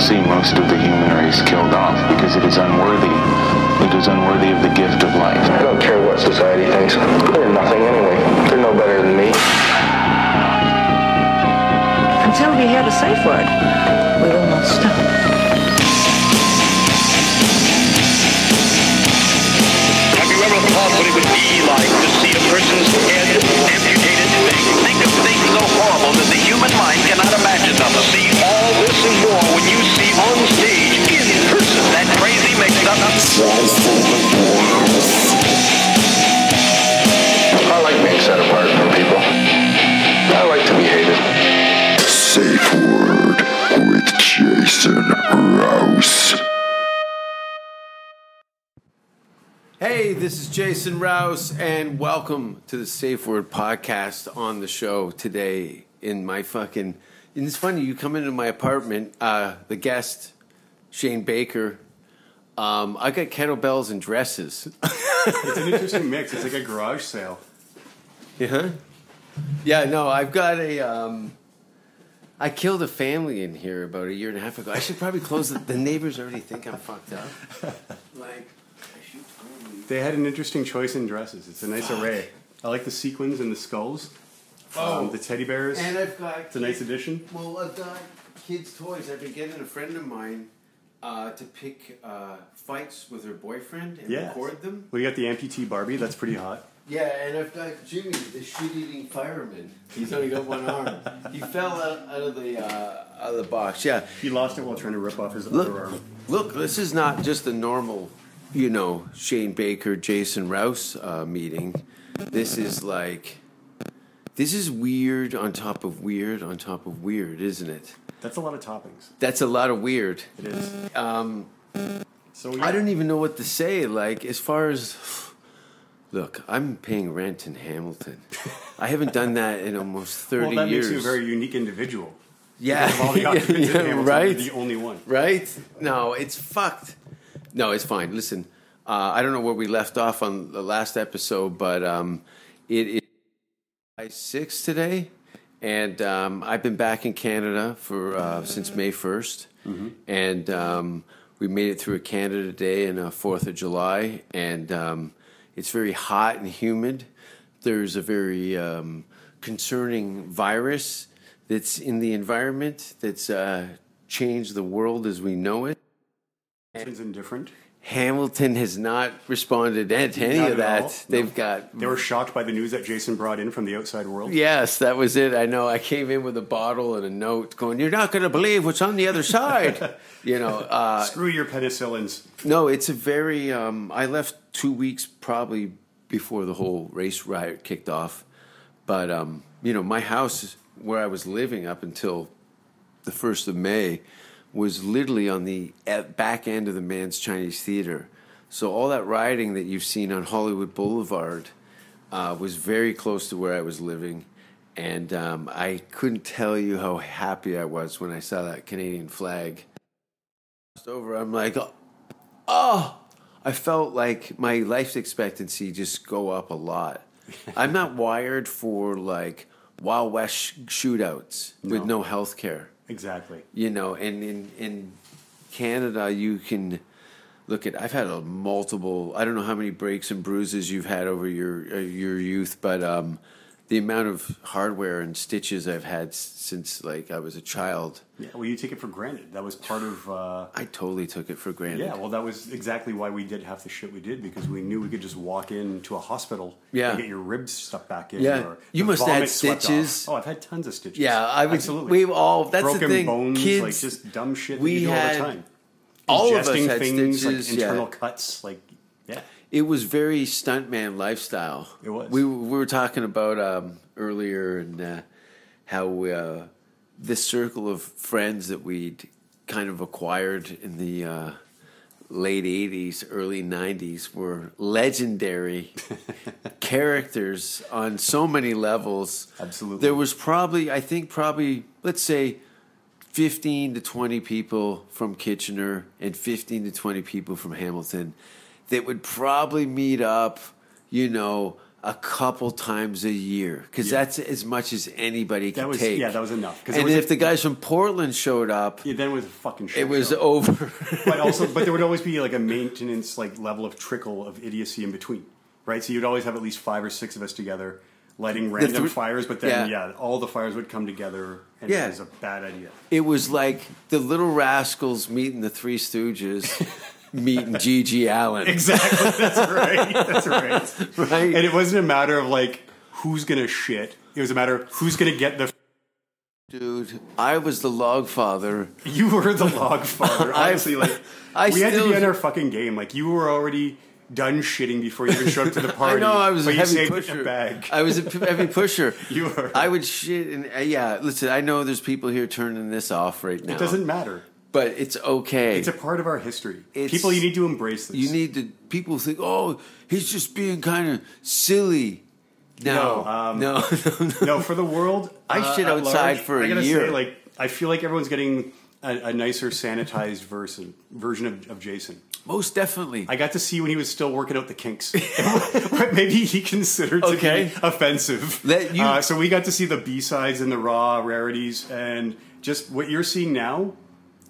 see most of the human race killed off because it is unworthy. It is unworthy of the gift of life. I don't care what society thinks. They're nothing anyway. They're no better than me. Until we hear the safe word, we will not stop. Have you ever thought what it would be like to see a person's head amputated? Think, think of things so horrible that the human mind cannot imagine them. See all this and more when you see on stage, in person, that crazy mix-up. I like being set apart from people. I like to be hated. Safe Word with Jason Rouse. Hey, this is Jason Rouse, and welcome to the Safe Word Podcast on the show today. In my fucking, and it's funny, you come into my apartment, uh, the guest, Shane Baker. Um, I got kettlebells and dresses. It's an interesting mix. It's like a garage sale. Yeah. Yeah, no, I've got a. Um, I killed a family in here about a year and a half ago. I should probably close it. The neighbors already think I'm fucked up. Like, I should probably. They had an interesting choice in dresses. It's a nice array. I like the sequins and the skulls. Oh. Um, the teddy bears. And I've got. it's a nice addition. Well, I've got kids' toys. I've been getting a friend of mine uh, to pick uh, fights with her boyfriend and Yeah. record them. We got the amputee Barbie. That's pretty hot. Yeah, and I've got Jimmy, the shit-eating fireman. He's only got one arm. He fell out, out of the uh, out of the box. Yeah. He lost it while trying to rip off his other Look, arm. look. This is not just a normal, you know, Shane Baker, Jason Rouse uh, meeting. This is like. This is weird on top of weird on top of weird, isn't it? That's a lot of toppings. That's a lot of weird. It is. Um. So yeah. I don't even know what to say. Like, as far as look, I'm paying rent in Hamilton. I haven't done that in almost thirty Well, that years. makes you a very unique individual. yeah, Of all the occupants Yeah, in Hamilton, right, you're the only one. right. No, it's fucked. No, it's fine. Listen, uh, I don't know where we left off on the last episode, but um, it is July six today, and um, I've been back in Canada for uh, since May 1st Mm-hmm. and um, we made it through a Canada Day and a Fourth of July, and um, it's very hot and humid. There's a very um, concerning virus that's in the environment that's uh, changed the world as we know it. It's indifferent. Hamilton has not responded to any Not of at that. all, no. They've got They were shocked by the news that Jason brought in from the outside world. Yes, that was it. I know. I came in with a bottle and a note going, You're not going to believe what's on the other side. you know, uh, Screw your penicillins. No, it's a very. Um, I left two weeks probably before the whole race riot kicked off, but um, you know, my house where I was living up until the first of May was literally on the e- back end of the Man's Chinese Theater. So all that rioting that you've seen on Hollywood Boulevard uh, was very close to where I was living. And um, I couldn't tell you how happy I was when I saw that Canadian flag. Crossed Over, I'm like, oh, I felt like my life expectancy just go up a lot. I'm not wired for like Wild West sh- shootouts with no health care Exactly. you know and in in canada you can look at i've had a multiple i don't know how many breaks and bruises you've had over your uh, your youth but um the amount of hardware and stitches i've had s- since like i was a child Yeah. Well, you take it for granted. That was part of. Uh, i totally took it for granted Yeah, well, that was exactly why we did half the shit we did because we knew we could just walk into a hospital Yeah. and get your ribs stuck back in. Yeah. or You the must have vomit swept stitches. Off. Oh, I've had tons of stitches. Yeah, I was- absolutely. we've all- that's the broken thing, bones, like kids, just dumb shit we we do had- all the time. all of us Ingesting had things stitches like yeah. internal cuts, like yeah, it was very stuntman lifestyle. It was. We we were talking about um, earlier and uh, how uh, this circle of friends that we'd kind of acquired in the uh, late '80s, early '90s were legendary characters on so many levels. Absolutely. There was probably, I think, probably let's say 15 to 20 people from Kitchener and 15 to 20 people from Hamilton that would probably meet up, you know, a couple times a year because that's as much as anybody could That was- take. yeah, that was enough, 'cause it And was- if the guys from Portland showed up, Yeah, then it was a fucking shit it was show. over. but also, but there would always be like a maintenance like level of trickle of idiocy in between, right? So you'd always have at least five or six of us together lighting random thr- fires, but then yeah. yeah. all the fires would come together, and Yeah. it was a bad idea. it was like the Little Rascals meeting the Three Stooges, meeting Gigi Allen. Exactly. That's right. That's right. Right. And it wasn't a matter of like who's gonna shit. It was a matter of who's gonna get the. Dude, I was the log father. You were the log father. I- Honestly, like I we had to still- be on our fucking game. Like you were already done shitting before you even showed up to the party. I know I was but a you heavy saved it in pusher. A bag. I was a p- heavy pusher. You were. I would shit and uh, yeah. Listen, I know there's people here turning this off right now. It doesn't matter. but it's okay. It's a part of our history. It's- People, you need to embrace this. you need to. People think, oh, he's just being kind of silly. No, No, um, no, no, no. no for the world. I uh, shit at outside large, for a I gotta year. Say, like I feel like everyone's getting a, a nicer, sanitized version version of, of Jason. Most definitely. I got to see when he was still working out the kinks. what maybe he considered to Okay. be offensive. Let you- Uh, so we got to see the B sides and the raw rarities, and just what you're seeing now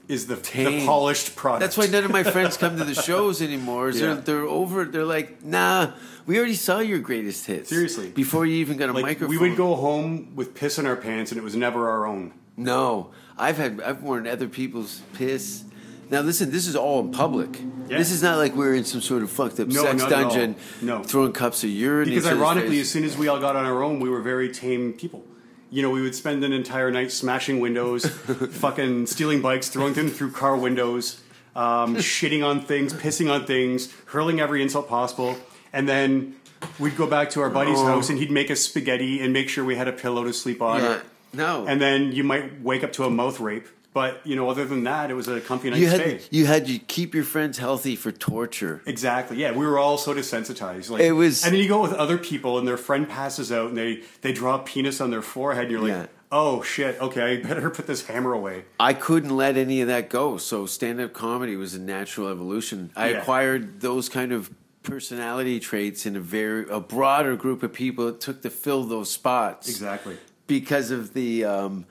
is the, the Tame. polished product. That's why none of my friends come to the shows anymore. is They're Yeah. they're over. They're like, nah. We already saw your greatest hits. Seriously. before you even got a like microphone, we would go home with piss in our pants, and it was never our own. No, I've had I've worn other people's piss. Now listen, this is all in public. Yeah. This is not like we're in some sort of fucked up No, sex not at all. dungeon, No. throwing cups of urine. in Because each other's ironically, face. as soon as we all got on our own, we were very tame people. You know, we would spend an entire night smashing windows, fucking stealing bikes, throwing them through car windows, um, shitting on things, pissing on things, hurling every insult possible, and then we'd go back to our buddy's Oh. house and he'd make us spaghetti and make sure we had a pillow to sleep on. Yeah. no, And then you might wake up to a mouth rape, but you know, other than that, it was a comfy night you had stay. you had to keep your friends healthy for torture. Exactly. Yeah, we were all so desensitized. Like It was- and then you go with other people, and their friend passes out, and they they draw a penis on their forehead, and you're like, Yeah. oh shit, okay, I better put this hammer away. I couldn't let any of that go. So stand up comedy was a natural evolution. I Yeah. acquired those kind of personality traits in a very a broader group of people it took to fill those spots. Exactly. because of the um,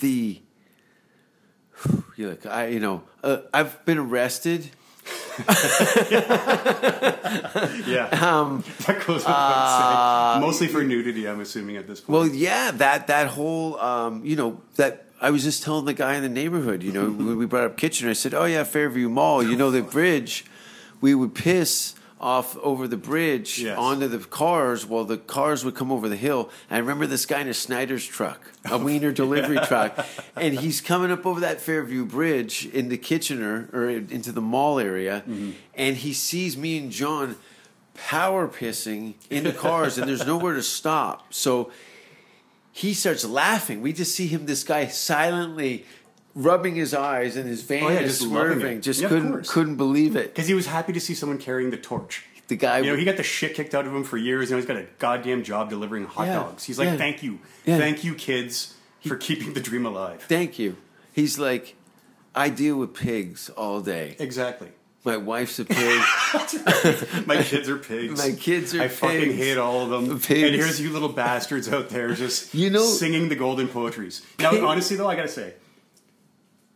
the you look I you know uh, I've been arrested. Yeah. Um, that goes without saying. Mostly for nudity, I'm assuming at this point. uh, Well, yeah, that that whole um, you know that I was just telling the guy in the neighborhood. You know, when we brought up Kitchener, I said, "Oh yeah, Fairview Mall. You know the bridge. We would piss." Off over the bridge Yes. onto the cars while the cars would come over the hill. And I remember this guy in a Snyder's truck, a wiener delivery truck, and he's coming up over that Fairview Bridge into Kitchener or into the mall area, and he sees me and John power pissing into cars, and there's nowhere to stop. So he starts laughing. We just see him, this guy, silently rubbing his eyes and his vein Oh, yeah, is just loving swerving. it. Just Yeah, of couldn't course. couldn't believe it. because he was happy to see someone carrying the torch. The guy, You know, he got the shit kicked out of him for years. Now he's got a goddamn job delivering hot Yeah. dogs. He's like, Yeah. thank you, Yeah. thank you, kids, for keeping the dream alive. thank you. He's like, I deal with pigs all day. Exactly. My wife's a pig. My kids are pigs. My kids are I fucking pigs. hate all of them. Pigs. And here's you little bastards out there just You know- singing the golden poetries. Now, Pig- honestly, though, I gotta say,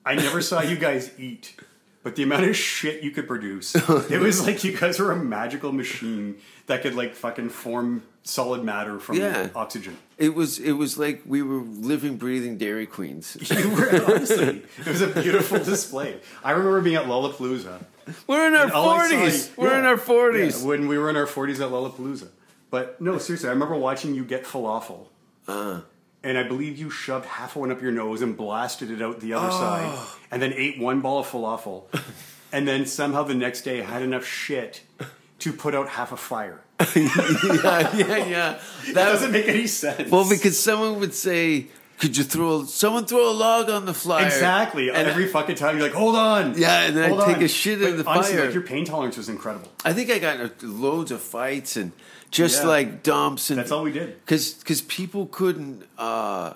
I never saw you guys eat, but the amount of shit you could produce, it was like you guys were a magical machine that could like fucking form solid matter from Yeah. oxygen. it was it was like we were living, breathing Dairy Queens. You were honestly, it was a beautiful display. I remember being at Lollapalooza. We're in our And all I saw- forties. We're Oh, yeah. in our forties. Yeah, when we were in our forties at Lollapalooza. But no, seriously, I remember watching you get falafel. Uh-huh. And I believe you shoved half one up your nose and blasted it out the Oh. other side, and then ate one ball of falafel, and then somehow the next day had enough shit to put out half a fire. That yeah, yeah, yeah. That was doesn't make any sense. well because someone would say, "Could you throw someone throw a log on the flyer?" exactly. And Every fucking time you're like, "Hold on." Yeah, and then I'd hold take a shit But in the honestly, fire. Like your pain tolerance was incredible. I think I got into loads of fights and just Yeah. like dumps and That's all we did. because because people couldn't uh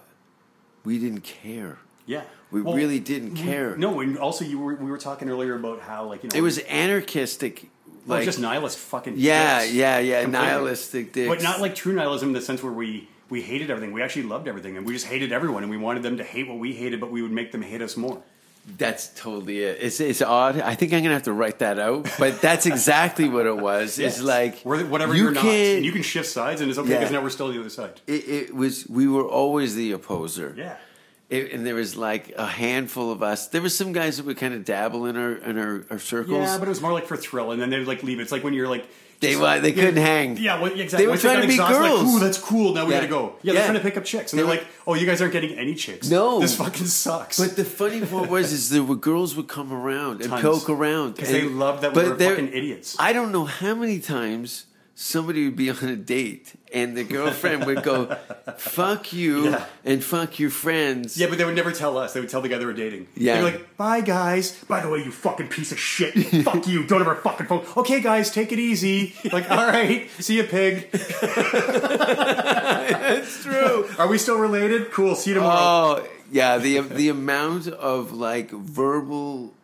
we didn't care Yeah, We really didn't we- care. No, and also you were, we were talking earlier about how like you know it was anarchistic Like, Like Oh, just nihilist fucking yeah, dicks. yeah, yeah, Completely. nihilistic dicks. But not like true nihilism in the sense where we we hated everything. We actually loved everything, and we just hated everyone, and we wanted them to hate what we hated, but we would make them hate us more. That's totally it. It's it's odd. I think I'm gonna have to write that out. But that's exactly what it was. It's like We're the- whatever you you are not, can't- and you can shift sides, and it's okay Yeah. because now we're still on the other side. It, it was we were always the opposer. Yeah. It, and there was like a handful of us. There were some guys that would kind of dabble in our in our, our circles. Yeah, but it was more like for thrill, and then they'd like leave. It's like when you're like They just- were- they you- couldn't hang. Yeah, well, exactly. They were Once trying to got be exhausted, like, girls. Ooh, that's cool. Now we Yeah. gotta go. Yeah, they're Yeah. trying to pick up chicks, and They they're were- like, "Oh, you guys aren't getting any chicks. No. this fucking sucks." But the funny part was is there were girls would come around and Tons. poke around 'Cause they and- loved that we but were there- fucking idiots. I don't know how many times somebody would be on a date and the girlfriend would go, "Fuck you" Yeah. and "fuck your friends." yeah, but they would never tell us. They would tell the guy they were dating. Yeah. They're like, bye, guys. By the way, you fucking piece of shit. Fuck you. Don't ever fucking phone. Okay, guys, take it easy. Like, all right. See you, pig. It's true. Are we still related? Cool. See you tomorrow. Oh yeah, the the amount of like verbal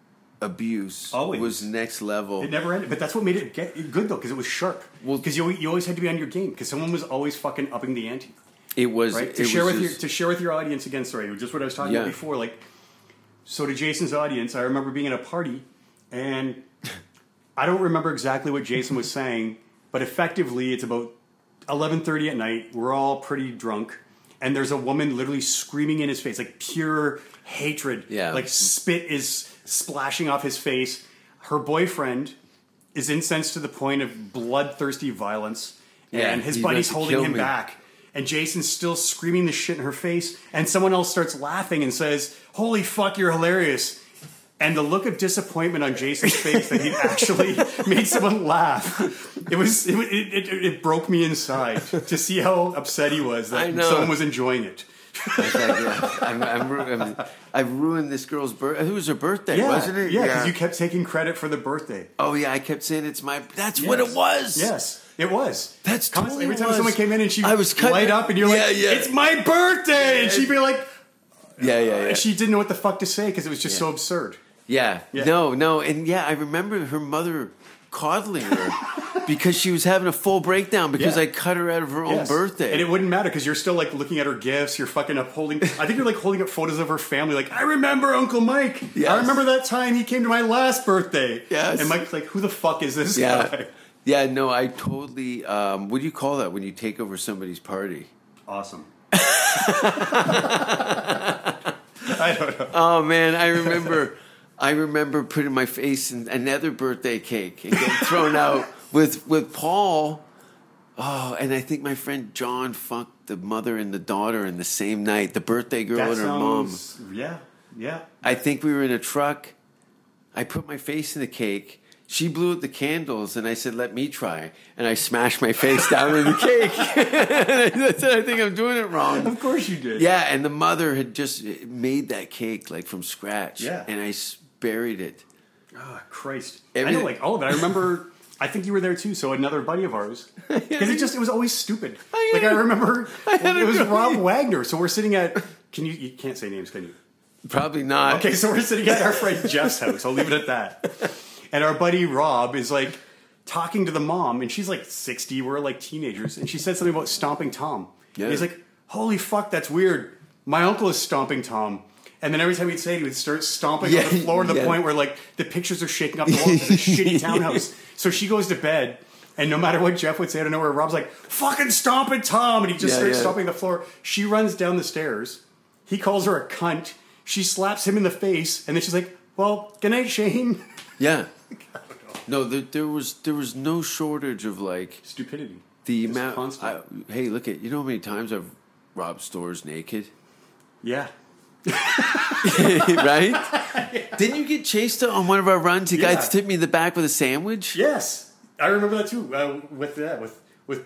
abuse Always. was next level. It never ended, but that's what made it get good though, because it was sharp. Well- Because you, always- you always had to be on your game, because someone was always fucking upping the ante, It was right? To it share was with your just- to share with your audience again. Sorry, just what I was talking about Yeah. before. Like, so to Jason's audience, I remember being at a party, and I don't remember exactly what Jason was saying, but effectively, it's about eleven thirty at night. We're all pretty drunk, and there's a woman literally screaming in his face, like pure hatred. Yeah. like spit is splashing off his face. Her boyfriend is incensed to the point of bloodthirsty violence, Yeah, and his he wants buddy's to holding kill him me. back. And Jason's still screaming the shit in her face, and someone else starts laughing and says, "Holy fuck, you're hilarious!" And the look of disappointment on Jason's face that he actually made someone laugh. It was it, it, it, it broke me inside to see how upset he was I that know. someone was enjoying it. It's like, yeah, I'm, I'm, ru- I'm, I've ruined this girl's birth. It was her birthday, Yeah, wasn't it? Yeah, because you kept taking credit for the birthday. oh yeah, I kept saying it's my. That's what Yes. it was. Yes, it was. That's totally Constantly, every time was. someone came in and she I was cut- light up, and you're Yeah, like, yeah. "It's my birthday," and Yeah. she'd be like, yeah, yeah, yeah. "She didn't know what the fuck to say because it was just Yeah. so absurd." Yeah. Yeah. No, no. And yeah, I remember her mother coddling her because she was having a full breakdown because Yeah. I cut her out of her own Yes. birthday. and it wouldn't matter because you're still like looking at her gifts. You're fucking upholding. I think you're like holding up photos of her family. Like, I remember Uncle Mike. Yes. I remember that time he came to my last birthday. Yes. and Mike's like, "Who the fuck is this yeah. guy?" Yeah, no, I totally. Um, what do you call that when you take over somebody's party? Awesome. I don't know. Oh man, I remember, I remember putting my face in another birthday cake and getting thrown out with with Paul. Oh, and I think my friend John fucked the mother and the daughter in the same night. The birthday girl That and her mom. sounds. Yeah, yeah. I think we were in a truck. I put my face in the cake. She blew out the candles, and I said, "Let me try." And I smashed my face down in the cake. and I said, "I think I'm doing it wrong." Of course you did. Yeah, and the mother had just made that cake like from scratch. Yeah. and I s- buried it. Ah, Christ. I Everything- know, like all of it. I remember. I think you were there too. So another buddy of ours, because it just it was always stupid. I like I had a- remember, I had it a was buddy. Rob Wagner. So we're sitting at. Can you? You can't say names, can you? Probably not. Okay, so we're sitting at our friend Jeff's house. I'll leave it at that. And our buddy Rob is like talking to the mom, and she's like 60. We're like teenagers. And she said something about stomping Tom. Yeah. And he's like, Holy fuck, that's weird. My uncle is stomping Tom. And then every time he'd say it, he would start stomping Yeah, on the floor to the yeah. point where like the pictures are shaking off the wall. It's a shitty townhouse. So she goes to bed. And no matter what Jeff would say, I don't know where Rob's like, fucking stomping Tom. And he just Yeah, starts yeah. stomping the floor. She runs down the stairs. He calls her a cunt. She slaps him in the face, and then she's like, "Well, good night, Shane." Yeah. No, there, there was there was no shortage of like Stupidity. the Just amount. constant. I, hey, look at you know how many times I've robbed stores naked. yeah. right? Didn't you get chased on one of our runs? The Yeah. guy tipped me in the back with a sandwich. Yes, I remember that too. Uh, with that, with with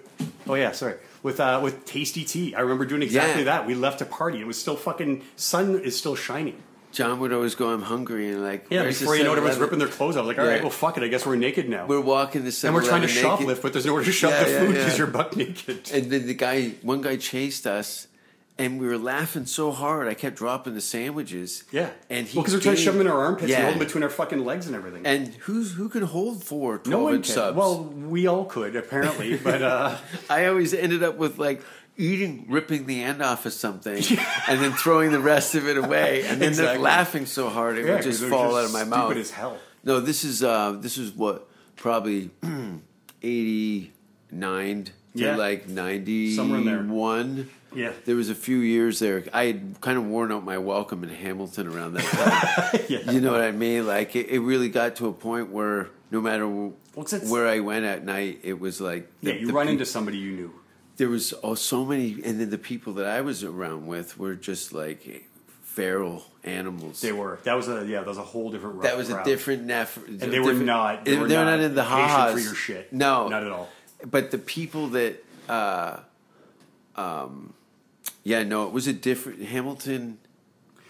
oh yeah, sorry. With uh, with tasty tea, I remember doing exactly Yeah. that. We left a party. It was still fucking sun is still shining. John would always go, "I'm hungry," and like, Yeah, where's the before you know it, everyone's 7-Eleven? ripping their clothes off. Like, all right, Yeah. well, fuck it. I guess we're naked now, We're walking the and we're trying to naked. shoplift, but there's nowhere to shop Yeah, the yeah, food yeah. because you're buck naked. And then the guy, one guy chased us, and we were laughing so hard, I kept dropping the sandwiches. Yeah. and he well, because we're trying to gave- shove them in our armpits and Yeah. hold them between our fucking legs and everything. And who's who can hold four 12 no one inch can. subs? Well, we all could apparently, but uh, I always ended up with like eating, ripping the end off of something, and then throwing the rest of it away, and then they're Exactly. laughing so hard it Yeah, would 'cause just they're fall just out of my stupid mouth. as hell. No, this is uh, this is what probably eighty nine to Yeah. like ninety Somewhere in there. one. Yeah. there was a few years there. I had kind of worn out my welcome in Hamilton around that time. Yeah. You know what I mean? Like it, it really got to a point where no matter w- Well, 'cause it's- where I went at night, it was like yeah, the- you the run peop- into somebody you knew. there was oh so many, and then the people that I was around with were just like feral animals. They were that was a yeah that was a whole different ro- that was a route. different neff- And they were not- they were they're not not in the patient ha for your shit. No, Not at all. But the people that, uh, um, yeah, no, it was a different. Hamilton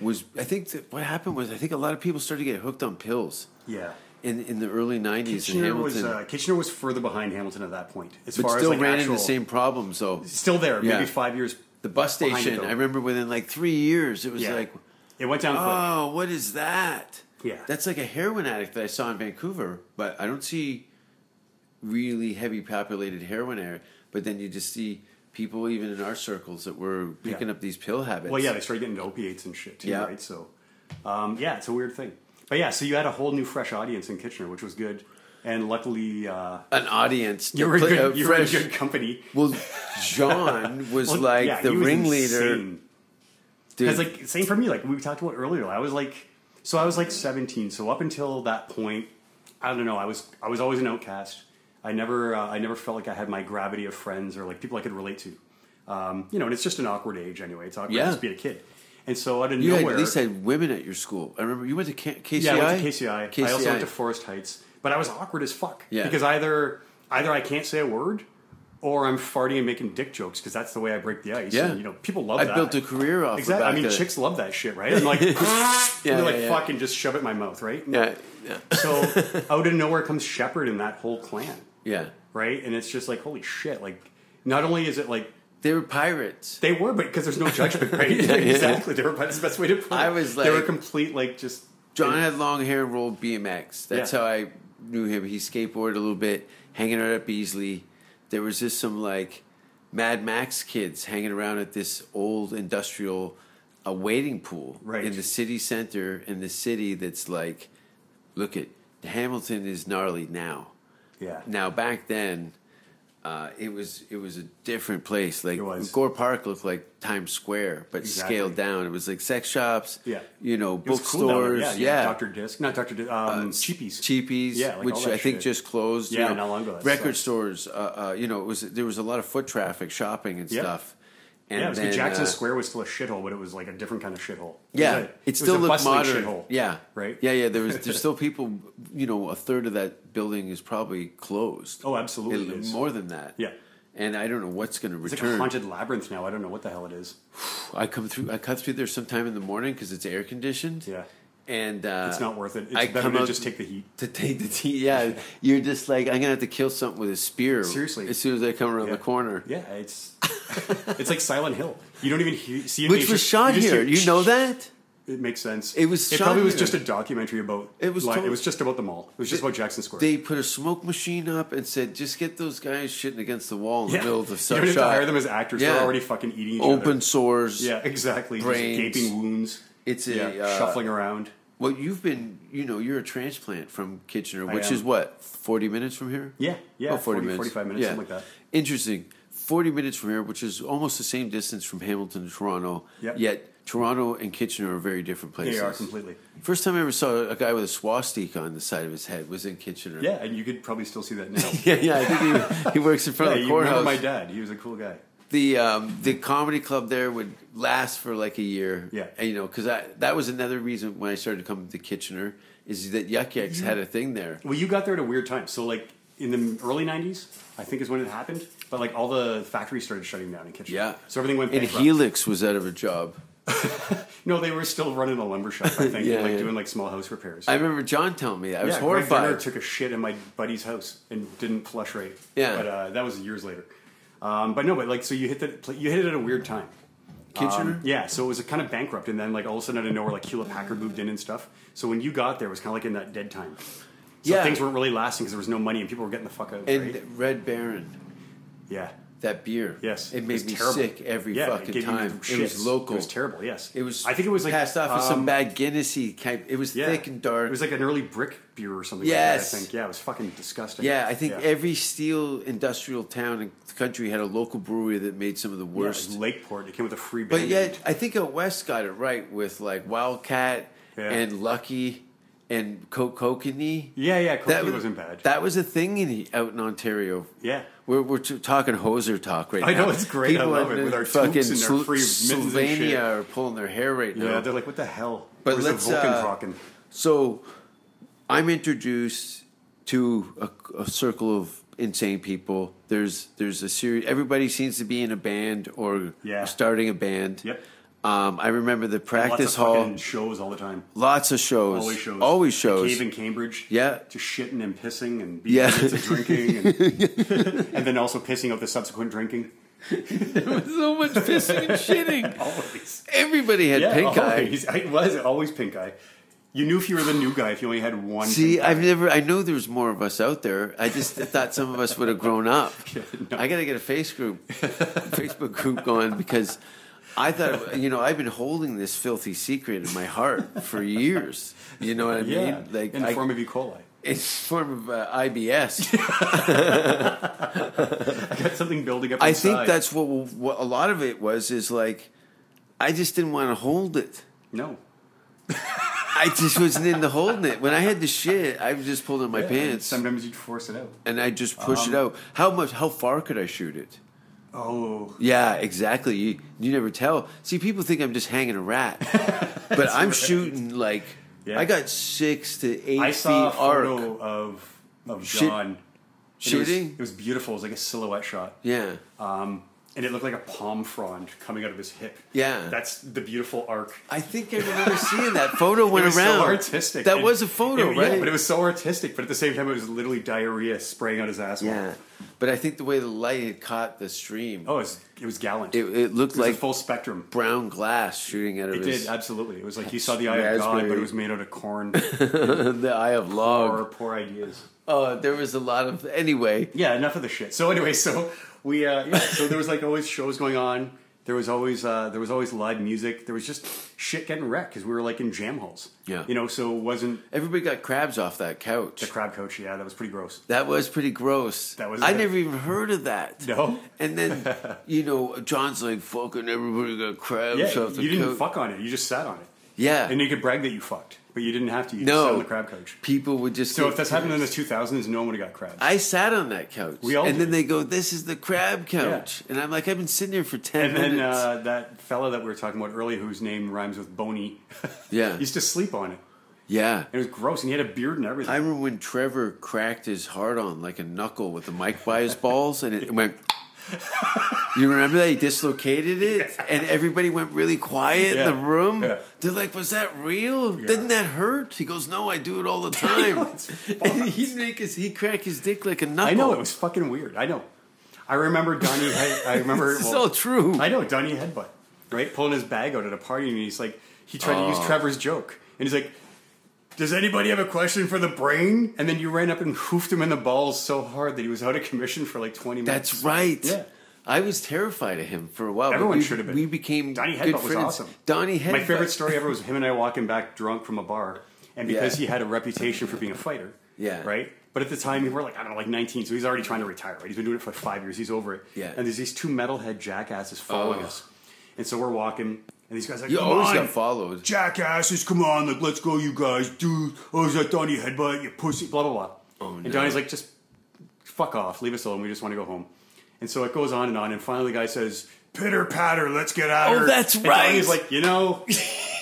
was. I think that what happened was I think a lot of people started to get hooked on pills yeah. in in the early nineties in Kitchener Hamilton, was uh, Kitchener was further behind Hamilton at that point as but far still as like ran actual, into the same problems. So still there Yeah. maybe five years. the bus behind it, station. though. I remember within like three years, it was Yeah. like. It went down quick. Oh, what is that? Yeah. That's like a heroin addict that I saw in Vancouver, but I don't see really heavy populated heroin addict. But then you just see people, even in our circles, that were picking Yeah. up these pill habits. Well, yeah, they started getting into opiates and shit too, Yeah. right? So, um, yeah, it's a weird thing. But yeah, so you had a whole new fresh audience in Kitchener, which was good. And luckily, uh, An audience. you that were in play- good, uh, you were in fresh- good company. Well, John was Well, like yeah, the he was ringleader. insane. dude. Because like same for me, like we talked about earlier. I was like, so I was like 17. So up until that point, I don't know. I was I was always an outcast. I never uh, I never felt like I had my gravity of friends or like people I could relate to. Um, you know, and it's just an awkward age anyway. It's awkward Yeah. just being a kid. And so out of you had, nowhere, at least had women at your school. I remember you went to K- KCI. yeah, I went to KCI. I also went to Forest Heights, but I was awkward as fuck. Yeah. Because either either I can't say a word, or I'm farting and making dick jokes because that's the way I break the ice. Yeah. And, you know, people love I that. built a career off of Exactly. I back mean, of- chicks love that shit, right? I'm like, yeah, yeah, like yeah. fucking just shove it in my mouth, right? Yeah, yeah, So out of nowhere comes Shepard and that whole clan, yeah. right? And it's just like, holy shit! Like, not only is it like They were pirates. they were, but because there's no judgment, right? exactly. They were. That's the best way to put it. I was they were like- complete like just. John had long hair, and rolled BMX. That's Yeah. how I knew him. He skateboarded a little bit, hanging out at Beasley. There was just some like Mad Max kids hanging around at this old industrial a waiting pool Right. in the city center in the city that's like, look at Hamilton is gnarly now. Yeah. Now back then, uh, it was it was a different place. Like It was. Gore Park looked like Times Square, but Exactly. scaled down. It was like sex shops, Yeah. you know, It was cool down there. bookstores, yeah, you yeah, Uh, had Dr. Disc, not Dr. Disc, um, Cheapies. cheapies, Yeah, like all which that I think shit. just closed. you Yeah, know. not long ago, that Record sucks. stores, uh, uh, you know, it was there was a lot of foot traffic, shopping and Yeah. stuff. And yeah, it was good. then, Jackson uh, Square was still a shithole, but it was like a different kind of shithole. Yeah, it, was a- it, still was a looked bustling modern. Shithole, Yeah, right. Yeah, yeah. There was there's still people. You know, a third of that building is probably closed. Oh, absolutely It- it is. more than that. Yeah. And I don't know what's going to It's like return. a haunted labyrinth now. I don't know what the hell it is. I come through. I cut through there sometime in the morning because it's air conditioned. Yeah. and uh, It's not worth it. It's I better come to out just take the heat. To take the tea. Yeah, you're just like I'm gonna have to kill something with a spear. Seriously. as soon as I come around Yeah. the corner. Yeah, it's it's like Silent Hill. You don't even hear, see anything. Which It's was just- shot just here. hear- You know that? It makes sense. It was It shot probably was here. just a documentary about. It was like, tot- it was just about the mall. It was just about Jackson Square. They put a smoke machine up and said, "Just get those guys shitting against the wall in yeah. the middle of the you sub don't have to shop." hire them as actors. Yeah. They're already fucking eating each other. Open sores. Yeah, exactly. Just Brains. gaping wounds. It's a, Yeah, uh, shuffling around. Well, you've been, you know, you're a transplant from Kitchener, I which am. is what, 40 minutes from here? Yeah, yeah, Oh, 40, 40, minutes. 45 minutes, something like that. Interesting. 40 minutes from here, which is almost the same distance from Hamilton to Toronto. Yep. Yet Toronto and Kitchener are very different places. They are completely. First time I ever saw a guy with a swastika on the side of his head was in Kitchener. Yeah, and you could probably still see that now. Yeah, yeah, I think he, he works in front yeah, of the you remember courthouse. my dad? He was a cool guy. the um, the comedy club there would last for like a year. Yeah. and, you know, because that was another reason when I started coming to Kitchener is that Yuck Yucks had a thing there. Well, you got there at a weird time. So, like in the early '90s, I think is when it happened. But like all the factories started shutting down in Kitchener. Yeah, so everything went And bankrupt. Helix was out of a job. no, they were still running a lumber shop. I think, Yeah, and, like yeah. doing like small house repairs. I remember John telling me that. I was yeah, Greg Berner horrified. took a shit in my buddy's house and didn't flush right. Yeah. but uh, that was years later. Um, but no, but like so you hit that you hit it at a weird time. Kitchener? Yeah, so it was uh, kind of bankrupt, and then like all of a sudden out of nowhere, like Hewlett Packard moved in and stuff. So when you got there, it was kind of like in that dead time. So Yeah. things weren't really lasting because there was no money and people were getting the fuck out. and right? Red Baron, yeah, that beer. yes, It made was me terrible. sick every Yeah, it fucking gave you time. the It shits. was local. It was terrible. Yes, It was. I think it was like passed off as some um, bad Guinnessy kind. It was yeah. thick and dark. It was like an early brick beer or something. Yes. like that, I think. Yeah, it was fucking disgusting. yeah, I think every steel industrial town in the country had a local brewery that made some of the Yeah, it was worst. Lakeport. It came with a free. but band yet, I think out west got it right with like Wildcat Yeah. and Lucky and Kokokini. Yeah, yeah, Coconut wasn't bad. That was a thing in out in Ontario. Yeah. we're we're t- talking hoser talk right I now. know, it's great. I love in it, with our fucking toques and their Slo- free mittens and Slovenia shit. are pulling their hair right yeah, now. they're like, what the hell? But Where's let's, the Vulcan uh, Kraken? So I'm introduced to a, a circle of insane people. There's there's a series. Everybody seems to be in a band or Yeah. starting a band. Yep. Um, I remember the practice Lots of hall. fucking shows all the time. Lots of shows. Always shows. Always The shows. Cave in Cambridge. Yeah. Just shitting and pissing and Yeah. beating kids and drinking, and, and then also pissing out the subsequent drinking. so much pissing and shitting. Always. Everybody had Yeah, pink eye. always. I was always pink eye. You knew if you were the new guy if you only had one. See, pink eye. I've never. I know there's more of us out there. I just thought some of us would have grown up. I got to get a face group, Facebook group going because I thought, you know, I've been holding this filthy secret in my heart for years. You know what I yeah, mean? Like in the I- form of E. coli. it's form of uh, IBS. Got something building up. I Inside. think that's what, what a lot of it was. Is like I just didn't want to hold it. no. I just wasn't into holding it. When I had the shit, I was just pulling my Yeah, and pants. Sometimes you'd force it out. and I just push it Um, out. How much? How far could I shoot it? Oh, Yeah, exactly. You you never tell. See, people think I'm just hanging a rat, but I'm shooting like Yeah. I got six to eight I saw a feet arc photo of of Shit- John and it was- shooting. It was, beautiful. It was like a silhouette shot. yeah, Um, and it looked like a palm frond coming out of his hip. Yeah. that's the beautiful arc. I think I remember seeing that photo It went was around. so artistic. That And was a photo, it- right? Yeah, but it was so artistic. But at the same time, it was literally diarrhea spraying out his asshole. Yeah. But I think the way the light had caught the stream, Oh, it was, it was gallant. it, it looked It was like a full spectrum. brown glass shooting out of It his, did absolutely. It was like you saw the eye of God, but Raspberry. it was made out of corn. the eye of or log. poor ideas. Oh, there was a lot of anyway. yeah, enough of the shit. So anyway, so we uh, yeah, so there was like always shows going on. There was always uh, there was always live music. There was just shit getting wrecked because we were like in jam halls. Yeah. you know, so it wasn't Everybody got crabs off that couch. the crab coach? Yeah, that was pretty gross. That was pretty gross. That was I it. never even heard of that. No? And then, you know, John's like, fucking everybody got crabs Yeah, off the you didn't coat." fuck on it. You just sat on it, Yeah. and you could brag that you fucked, but you didn't have to. You just sat no. on the crab coach. People would just. So think- if that's happened in the 2000s, no one would have got crabs. I sat on that couch. We all and then did. they go, this is the crab couch. And I'm like, I've been sitting here for 10 and then minutes. uh, that fella that we were talking about earlier, whose name rhymes with Boney, Yeah. used to sleep on it. yeah. It was gross, and he had a beard and everything. I remember when Trevor cracked his heart on like a knuckle with the mic by his balls, and it went. You remember that he dislocated it, and everybody went really quiet Yeah. in the room. Yeah. They're like, "Was that real? Didn't that hurt?" He goes, "No, I do it all the time." It's and he make his he crack his dick like a knuckle. I know it was fucking weird. I know. I remember Donnie. Head, I remember. This is all true. I know Donnie headbutt, right? Pulling his bag out at a party, and he's like, he tried to Oh. use Trevor's joke, and he's like, "Does anybody have a question for the brain?" And then you ran up and hoofed him in the balls so hard that he was out of commission for like twenty minutes. That's right. Yeah. I was terrified of him for a while. but Everyone we- should have been. We became Donnie good Headbutt was friends. awesome. Donnie Headbutt. My favorite story ever was him and I walking back drunk from a bar, and because Yeah. he had a reputation for being a fighter, Yeah. right. But at the time, we were like I don't know, like 19, so he's already trying to retire. Right, he's been doing it for five years. He's over it. Yeah. And there's these two metalhead jackasses following Oh. us, and so we're walking, and these guys are like, You "Come always on, got followed. jackasses, come on, like let's go, you guys, dude. Oh, is that Donnie headbutt? You pussy, blah blah blah." Oh, no. And Donnie's like, just fuck off, leave us alone. We just want to go home. And so it goes on and on, and finally the guy says, "Pitter patter, let's get out." Oh, her." that's and right. Donnie's like, you know,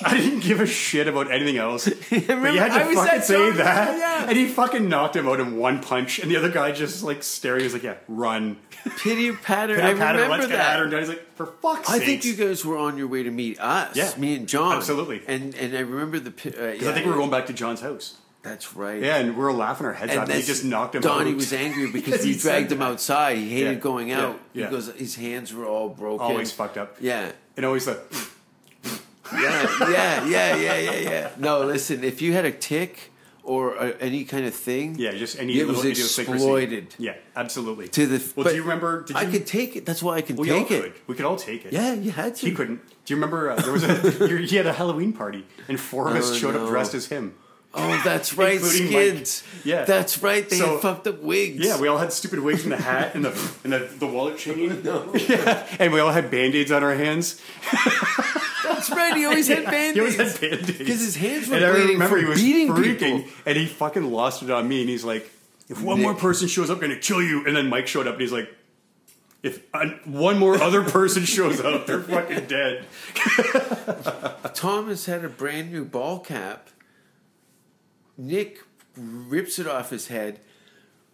I didn't give a shit about anything else. but you Remember, had to I was fucking that say dumb. that, Yeah. and he fucking knocked him out in one punch. And the other guy just like staring, he's like, "Yeah, run, Pity patter. I pitter patter, remember let's that. get at her." And Donnie's like, "For fuck's I sake!" think you guys were on your way to meet us, Yeah. me and John, Absolutely. And and I remember the. pi- Uh, yeah, I think we were going back to John's house. That's right. Yeah, and we were laughing our heads off. and He that's- just knocked him. Donnie out. was angry because he you dragged said him outside. He hated Yeah. going Yeah. out Yeah. because his hands were all broken. Always fucked up. Yeah. and always the yeah, yeah, yeah, yeah, yeah, yeah. No, listen, if you had a tick or a, any kind of thing, yeah, just any it little was idiosyncrasy. exploited Yeah, absolutely. to the. well, but do you remember? Did you, I could take it. That's why I could we all take could. it. We could all take it. Yeah, you had to. He couldn't. Do you remember? Uh, there was a you- he had a Halloween party, and four of us Oh, showed no. up dressed as him. Oh, that's right, Including skins. Mike. Yeah. that's right. They So- had fucked up wigs. Yeah, we all had stupid wigs and the hat and the and the, the wallet Oh, chain. Yeah, and we all had band aids on our hands. that's right. He always had band He always had band aids 'Cause his hands were bleeding from beating people. and he fucking lost it on me. And he's like, "If one more Nick. person shows up, I'm gonna kill you." And then Mike showed up, and he's like, "If uh, one more other person shows up, they're fucking dead." Thomas had a brand new ball cap. Nick rips it off his head,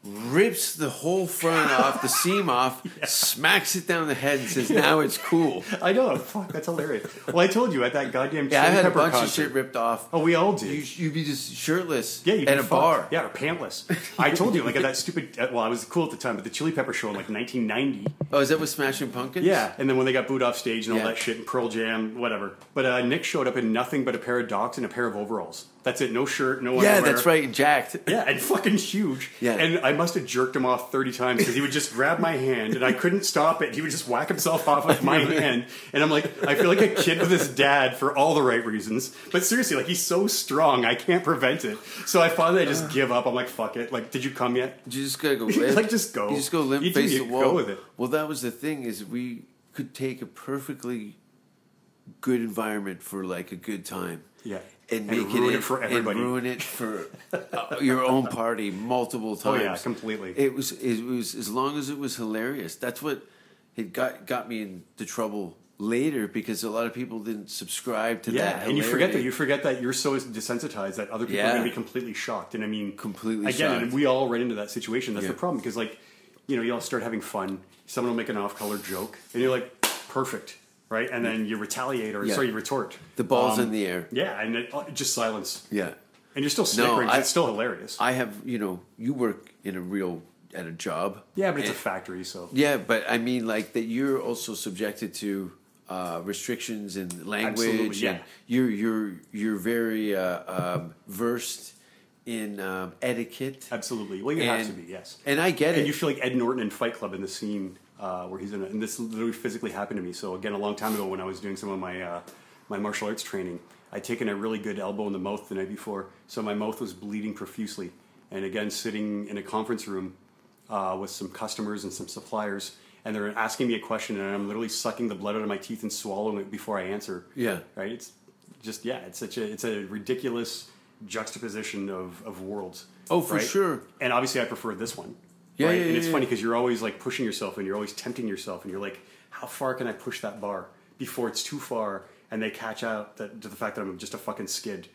rips the whole front off, the seam off, smacks it down the head, and says, "Now it's cool." I know. Fuck, that's hilarious. Well, I told you at that goddamn Yeah, Chili I've had a Pepper bunch of concert. shit ripped off. Oh, we all do. You, you'd be just shirtless Yeah, you at get a fucked. bar. Yeah, or pantless. I told you, like at that stupid. uh, Well, I was cool at the time, but the Chili Pepper show in like 1990. Oh, is that with Smashing Pumpkins? Yeah, and then when they got booed off stage and all Yeah. that shit, and Pearl Jam, whatever. But uh, Nick showed up in nothing but a pair of docs and a pair of overalls. That's it. No shirt, no. Yeah, underwear. that's right. And jacked. Yeah, and fucking huge. Yeah. And I must have jerked him off 30 times because he would just grab my hand and I couldn't stop it. He would just whack himself off with my hand. And I'm like, I feel like a kid with his dad for all the right reasons. But seriously, like, he's so strong, I can't prevent it. So I finally I just give up. I'm like, fuck it. Like, did you come yet? You just gotta go You limp. like, just go. You just go limp You do, face you the go wall. with it. Well, that was the thing is we could take a perfectly good environment for like a good time. Yeah. And, And make ruin it, it for and everybody. ruin it for uh, your own party multiple Oh, times. yeah, completely. It was it was as long as it was hilarious. That's what it got got me into trouble later because a lot of people didn't subscribe to Yeah, that. and you forget that hilarity. you forget that you're so desensitized that other people Yeah. are going to be completely shocked. And I mean, Completely again. And shocked. we all ran into that situation. That's Yeah. the problem because, like, you know, you all start having fun. Someone will make an off-color joke, and you're like, "Perfect," right? And then you retaliate, or Yeah. sorry, you retort. The ball's Um, in the air. Yeah, and it, uh, just silence, Yeah. and you're still snickering. 'cause I- it's still hilarious. I have, you know, you work in a real at a job. yeah, but it's a And- factory, so Yeah, but I mean, like that you're also subjected to uh, restrictions and language. Absolutely, yeah. and you're you're you're very uh, um, versed in um, etiquette. absolutely. Well, you have And- to be, yes. And I get And it. you feel like Ed Norton in Fight Club in the scene uh, where he's in, a, and this literally physically happened to me. So again, a long time ago when I was doing some of my uh, my martial arts training, I'd taken a really good elbow in the mouth the night before, so my mouth was bleeding profusely. And again, sitting in a conference room uh, with some customers and some suppliers, and they're asking me a question, and I'm literally sucking the blood out of my teeth and swallowing it before I answer. Yeah. right. It's just yeah, it's such a it's a ridiculous juxtaposition of of worlds. Oh, for sure. And obviously, I prefer this one. Yeah, right? yeah, and it's yeah, funny yeah. because you're always like pushing yourself and you're always tempting yourself, and you're like, how far can I push that bar before it's too far? And they catch out that, to the fact that I'm just a fucking skid.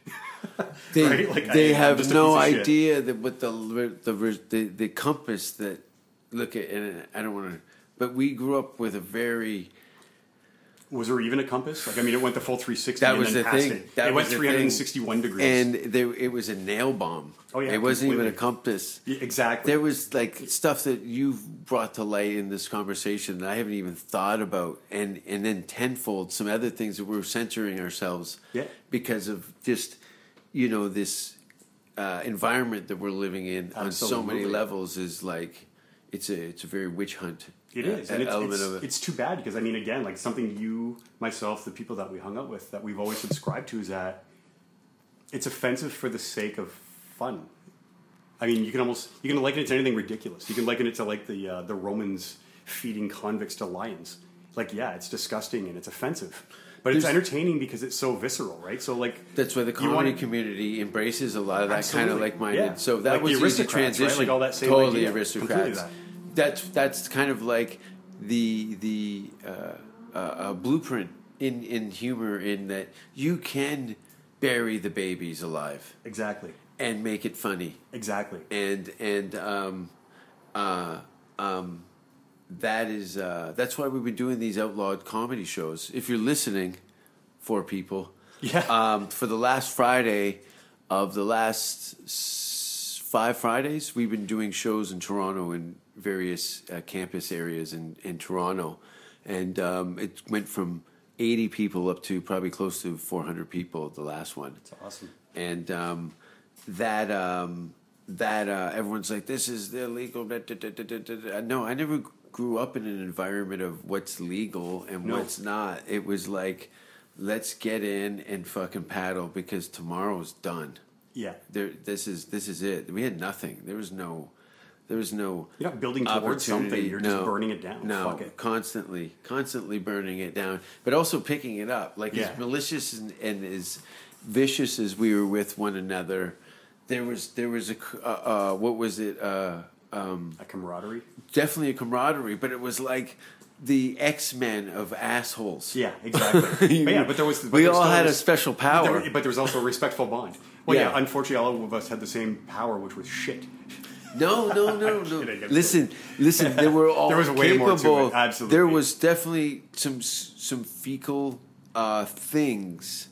they right? Like, I they am have just a no piece of shit. idea that what the re- the re- the, the compass that look at. And I don't want to, but we grew up with a very Was there even a compass? Like, I mean, it went the full 360. That and was then the past thing. It, That it went was the 361 thing. degrees. and there, it was a nail bomb. Oh, yeah, it wasn't even a completely. compass. Yeah, exactly. There was like stuff that you've brought to light in this conversation that I haven't even thought about, and and then tenfold some other things that we're censoring ourselves. Yeah. because of just you know this uh, environment that we're living in on so many Absolutely. levels is like it's a it's a very witch hunt. It uh, is, and it's, element it's, of it. it's too bad because I mean, again, like something you, myself, the people that we hung out with, that we've always subscribed to is that it's offensive for the sake of fun. I mean, you can almost you can liken it to anything ridiculous. You can liken it to like the uh, the Romans feeding convicts to lions. Like, yeah, it's disgusting and it's offensive, but it's There's- entertaining because it's so visceral, right? So, like, That's why the you comedy wanna- community embraces a lot of that kind of Absolutely, like minded. yeah. So that Like the was easy aristocrats, right? transition. Like all that same totally idea. Completely aristocrats. that. That's that's kind of like the the uh, uh, uh, blueprint in in humor in that you can bury the babies alive exactly, and make it funny exactly. and and um, uh, um, that is uh, that's why we've been doing these outlawed comedy shows. If you're listening, for people, Yeah. um, for the last Friday of the last s- five Fridays, we've been doing shows in Toronto in various uh, campus areas in in Toronto, and um, it went from 80 people up to probably close to 400 people at the last one. It's awesome. And um, that um, that uh, everyone's like, this is illegal. da, da, da, da, da, da, da." No, I never grew up in an environment of what's legal and No. what's not. It was like, let's get in and fucking paddle because tomorrow's done. Yeah. There, this is this is it. We had nothing. There was no, there was no. You're not building towards opportunity. something, you're just burning it down. No, Fuck it. constantly, constantly burning it down, but also picking it up. Like Yeah. as malicious and, and as vicious as we were with one another, there was there was a c- uh, uh, what was it? Uh, A camaraderie. definitely a camaraderie, but it was like the X Men of assholes. Yeah, exactly. but yeah, but there was. But we there all still had a was- special but power. There, but there was also a respectful bond. Well, yeah. Yeah. Unfortunately, all of us had the same power, which was shit. No, no, no, kidding, no. I'm kidding. listen, listen. There were all There was way more capable. to it, absolutely. there was definitely some some fecal uh, things,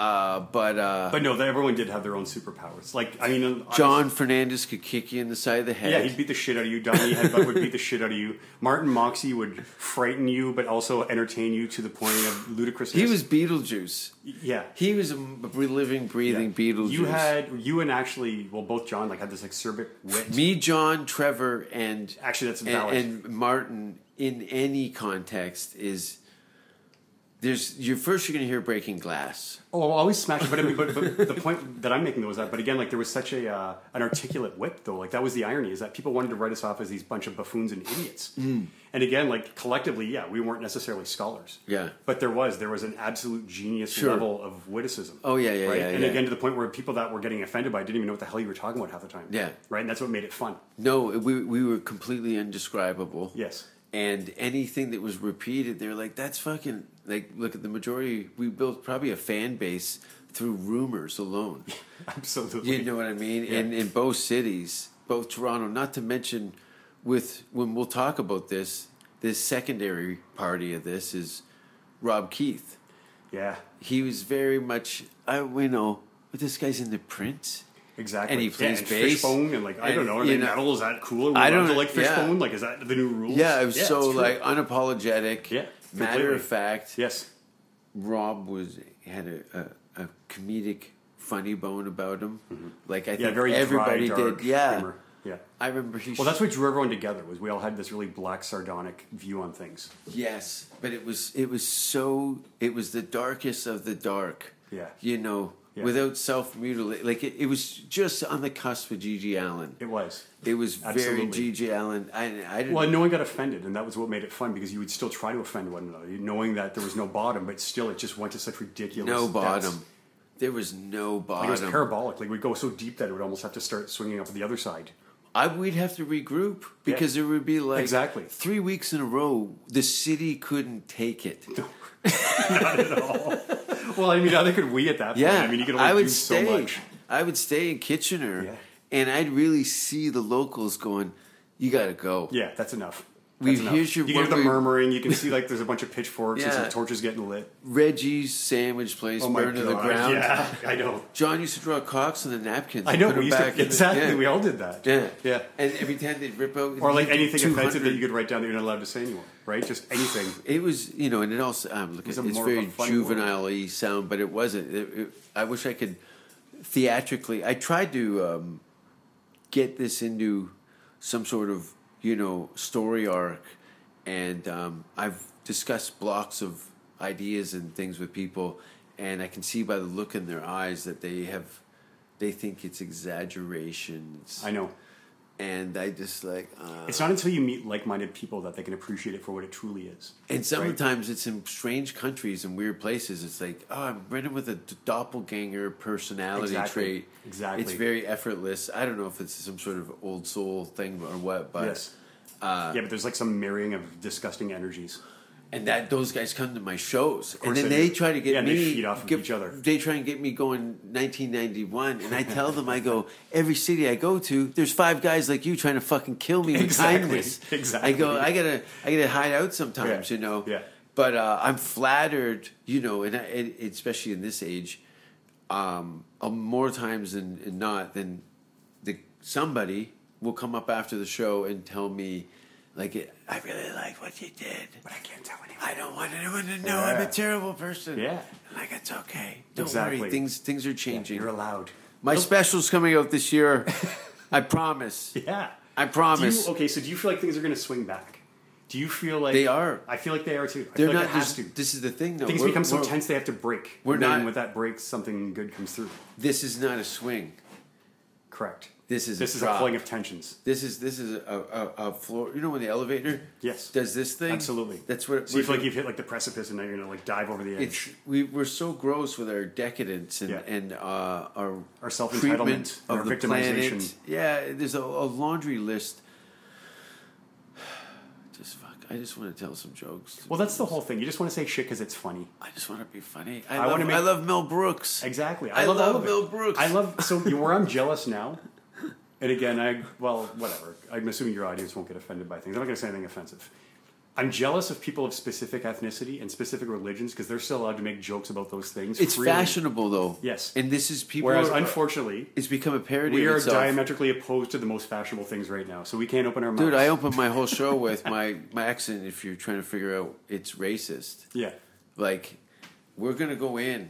uh, but uh, But no, that everyone did have their own superpowers. Like, I mean, John Fernandez could kick you in the side of the head. Yeah, he'd beat the shit out of you. Donnie Headbutt would beat the shit out of you. Martin Moxie would frighten you, but also entertain you to the point of ludicrousness. He was Beetlejuice. yeah. He was a m- living, breathing Beetlejuice. You had you and actually, well, both John like had this acerbic wit. me, John, Trevor, and Actually, that's valid. and, and Martin in any context is there's you first you're gonna hear breaking glass. Oh, I'll always smash it. But, I mean, but, but the point that I'm making though is that, but again, like there was such a uh, an articulate wit though. Like that was the irony is that people wanted to write us off as these bunch of buffoons and idiots. Hmm. And again, like collectively, yeah, we weren't necessarily scholars. Yeah. But there was there was an absolute genius Sure. level of witticism. Oh, yeah, yeah, right? yeah, And yeah. again, to the point where people that were getting offended by it didn't even know what the hell you were talking about half the time. Yeah. Right. And that's what made it fun. No, we we were completely indescribable. Yes. And anything that was repeated, they were like, "That's fucking like." Look at the majority. We built probably a fan base through rumors alone. Absolutely. You know what I mean? And in both cities, both Toronto, not to mention with when we'll talk about this, this secondary party of this is Rob Keith. Yeah. He was very much, I you know, but this guy's in the Prince. Exactly. And he plays yeah, and bass. Fishbone and like I And, don't know. Are you they know- metal? Is that cool? Are we I allowed don't- to like yeah. Fishbone. Like is that the new rules? Yeah, it was it's so true. like unapologetic. Yeah, matter completely. of fact. yes. Rob was had a, a, a comedic funny bone about him. Like I Mm-hmm. Yeah, think very dry, everybody dark did. Yeah, humor. Yeah. I remember he. Well, that's what drew everyone together was we all had this really black, sardonic view on things. Yes, but it was it was so it was the darkest of the dark. Yeah. you know, Yeah. without self mutilate, like it, it was just on the cusp of G.G. Allen. It was. It was very Absolutely. G.G. Allen. I, I didn't. Well, no one got offended, and that was what made it fun because you would still try to offend one another, knowing that there was no bottom, but still it just went to such ridiculous no depths. bottom. There was no Like, bottom. it was parabolic. Like we'd go so deep that it would almost have to start swinging up to the other side. I we'd have to regroup because there would be like Exactly. three weeks in a row. The city couldn't take it. Well, I mean, how they could we at that point? Yeah, I mean, you could only would do stay. so much. I would stay in Kitchener, Yeah. and I'd really see the locals going. You gotta go. Yeah, that's enough. We- That's enough. here's your you can hear the wonder- murmuring. You can see like there's a bunch of pitchforks and Yeah. some torches getting lit. Reggie's sandwich place Oh my burned to the God. ground. Yeah, I know. John used to draw cocks on the napkins. I and know. put We 'em used back to, in the- exactly. yeah. We all did that. Yeah, Yeah. And every time they'd rip out, Or like anything 200. offensive that you could write down that you're not allowed to say anymore, right? Just anything. It was, you know, and it also. I'm looking. was It's, a more of a very fun juvenile sound, but it wasn't. It- it- I wish I could theatrically. I tried to um, get this into some sort of, you know, story arc, and um, I've discussed blocks of ideas and things with people, and I can see by the look in their eyes that they have, they think it's exaggerations, I know. and I just like. Uh, It's not until you meet like-minded people that they can appreciate it for what it truly is. And sometimes it's in strange countries and weird places. It's like, oh, I'm running with a d- doppelganger personality Exactly. trait. Exactly. It's very effortless. I don't know if it's some sort of old soul thing or what, but Yes. uh, yeah, but there's like some marrying of disgusting energies. and that those guys come to my shows, and course then they they do. try to get Yeah, and me they feed off of get- each other. They try and get me going 1991, and I tell them, I go every city I go to, there's five guys like you trying to fucking kill me with Exactly. kindness. Exactly. I go, I gotta, I gotta hide out sometimes, Yeah. you know. Yeah. But uh, I'm flattered, you know, and, I, and especially in this age, um, uh, more times than, than not, than the somebody will come up after the show and tell me Like, it, I really like what you did. But I can't tell anyone. I don't want anyone to know I'm Yeah. a terrible person. Yeah. Like, it's okay. Don't Exactly. worry. Things, things are changing. You're allowed. My special's coming out this year. I promise. Yeah. I Do promise. you, okay, so do you feel like things are going to swing back? Do you feel like They are. I feel like they are too. I They're feel like not. it has this, to. this is the thing, though. things We're- become so we're- tense they have to break. we're and then not- with that break, something good comes through. This is not a swing. Correct. This is This a is drop. a pulling of tensions. This is this is a, a, a floor. You know when the elevator Yes. does this thing Absolutely. That's what So you feel like doing. you've hit like the precipice and now you're gonna like dive over the edge. it's we we're so gross with our decadence and Yeah. and uh, our Our self-entitlement, treatment our of the victimization. planet. Yeah, there's a, a laundry list. Just fuck. I just want to tell some jokes. well, that's the whole thing. You just want to say shit because it's funny. I just want to be funny. I, I love, wanna make- I love Mel Brooks. Exactly. I, love, all of it. Mel Brooks. I love so you- where I'm jealous now. And again, I well, whatever. I'm assuming your audience won't get offended by things. I'm not going to say anything offensive. I'm jealous of people of specific ethnicity and specific religions because they're still allowed to make jokes about those things. It's freely. fashionable though. Yes. and this is people. Whereas, are- unfortunately, it's become a parody. we of are itself. diametrically opposed to the most fashionable things right now, so we can't open our mouths. Dude, I open my whole show with my my accent. If you're trying to figure out, it's racist. yeah, Like, we're gonna go in,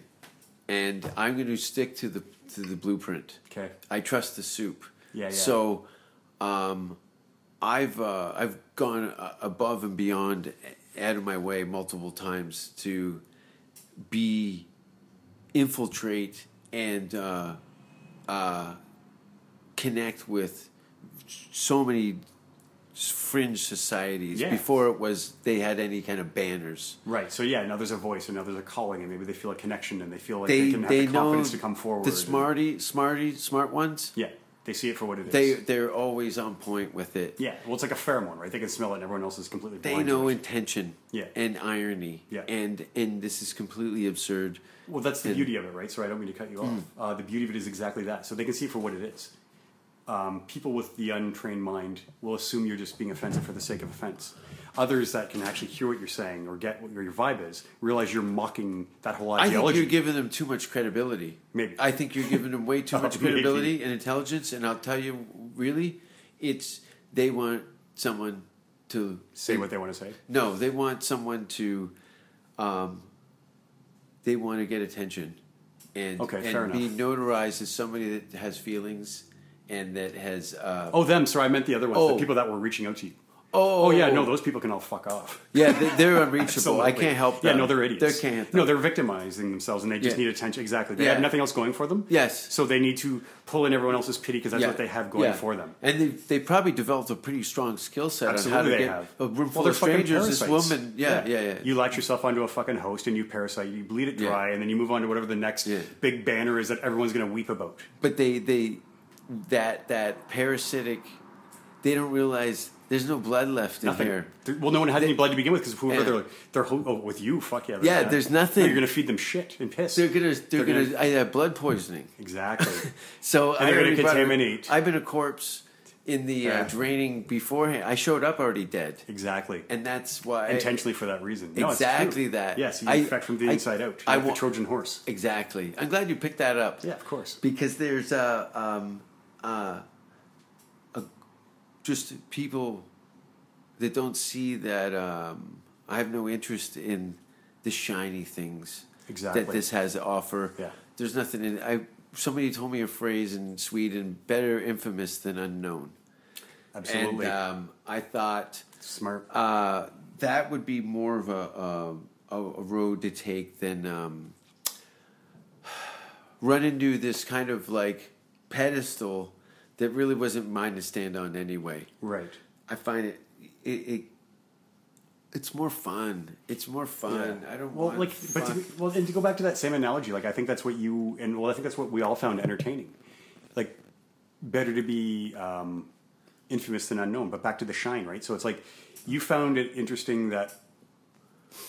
and I'm gonna stick to the to the blueprint. Okay. I trust the soup. Yeah, yeah. So, um, I've uh, I've gone uh, above and beyond, uh, out of my way multiple times to be infiltrate and uh, uh, connect with so many fringe societies Yeah. before it was they had any kind of banners. right. So yeah, now there's a voice, and now there's a calling, and maybe they feel a connection, and they feel like they, They can have they the know confidence to come forward. the and- smarty smarty smart ones. yeah, they see it for what it is. They they're always on point with it. yeah, well, it's like a pheromone, right? They can smell it, and everyone else is completely. They blind to know it. intention Yeah. and irony. Yeah. And and this is completely absurd. Well, that's the And- Mm. beauty of it, right? So I don't mean to cut you off. Uh, the beauty of it is exactly that. So they can see for what it is. Um, people with the untrained mind will assume you're just being offensive for the sake of offense. Others that can actually hear what you're saying or get what your, your vibe is realize you're mocking that whole I think ideology. you're giving them too much credibility. Maybe. I think you're giving them way too Oh, much maybe. credibility and intelligence. And I'll tell you, really, it's they want someone to say what they want to say. No, they want someone to. Um, they want to get attention, and Okay, and fair be enough. notarized as somebody that has feelings and that has. Uh, Oh, them. Sorry, I meant the other ones. Oh. The people that were reaching out to you. oh, Oh, yeah, no, those people can all fuck off. Yeah, they- they're unreachable. I Absolutely. can't help Yeah, them. no, they're idiots. They can't. No, they're victimizing themselves, and they just Yeah. need attention. Exactly. They Yeah. have nothing else going for them. Yes. So they need to pull in everyone else's pity because that's what they have going yeah. for them. And they they probably developed a pretty strong skill set on how Absolutely, to they get have. a room full they're of fucking strangers. This parasites. woman, yeah, yeah, yeah. You latch yourself onto a fucking host and you parasite. You bleed it Yeah. dry, and then you move on to whatever the next Yeah. big banner is that everyone's going to weep about. but they they that that parasitic, they don't realize there's no blood left in Nothing. here. There- Well, no one had any blood to begin with because whoever Yeah. they're like, they're ho- oh, with you. Fuck yeah. Yeah, that. there's nothing. No, you're going to feed them shit and piss. They're gonna they're, They're gonna, gonna- I had blood poisoning. exactly. So And they're gonna already brought- contaminate. I've been a corpse in the uh, Yeah. draining beforehand. I showed up already dead, exactly. and that's why Intentionally for that reason. No, it's Exactly true. that. Yes, you I- infect from the I- inside out. I like the wa- Trojan horse. Exactly. I'm glad you picked that up. Yeah, of course. Because there's uh, um, uh, a, just people that don't see that um, I have no interest in the shiny things Exactly. that this has to offer. Yeah. There's nothing in I somebody told me a phrase in Sweden, better infamous than unknown. Absolutely. And um, I thought Smart. uh, that would be more of a a, a road to take than um, run into this kind of like pedestal that really wasn't mine to stand on anyway. right. I find it it. it it's more fun. It's more fun. I don't well, want like, but fuck- to, well, and to go back to that same analogy, like I think that's what you and well, I think that's what we all found entertaining. Like, better to be um, infamous than unknown. But back to the shine, right? So it's like you found it interesting that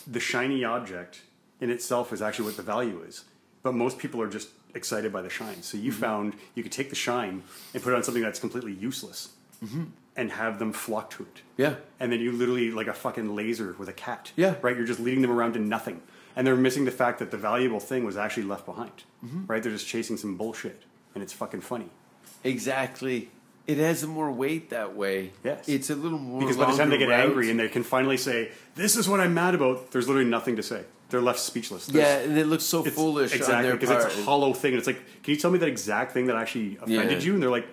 the shiny object in itself is actually what the value is, but most people are just excited by the shine. So Mm-hmm. you found you could take the shine and put it on something that's completely useless. Mm-hmm. And have them flock to it. Yeah. And then you literally like a fucking laser with a cat. Yeah. Right? You're just leading them around to nothing. And they're missing the fact that the valuable thing was actually Mm-hmm. left behind. Right? They're just chasing some bullshit. And it's fucking funny. exactly. It has more weight that way. Yes. It's a little more. because by the time they longer get route. angry and they can finally say, "This is what I'm mad about," there's literally nothing to say. They're left speechless. There's- yeah, and it looks so it's- foolish on exactly their because part. it's a hollow thing. And it's like, can you tell me that exact thing that actually offended Yeah. you? And they're like,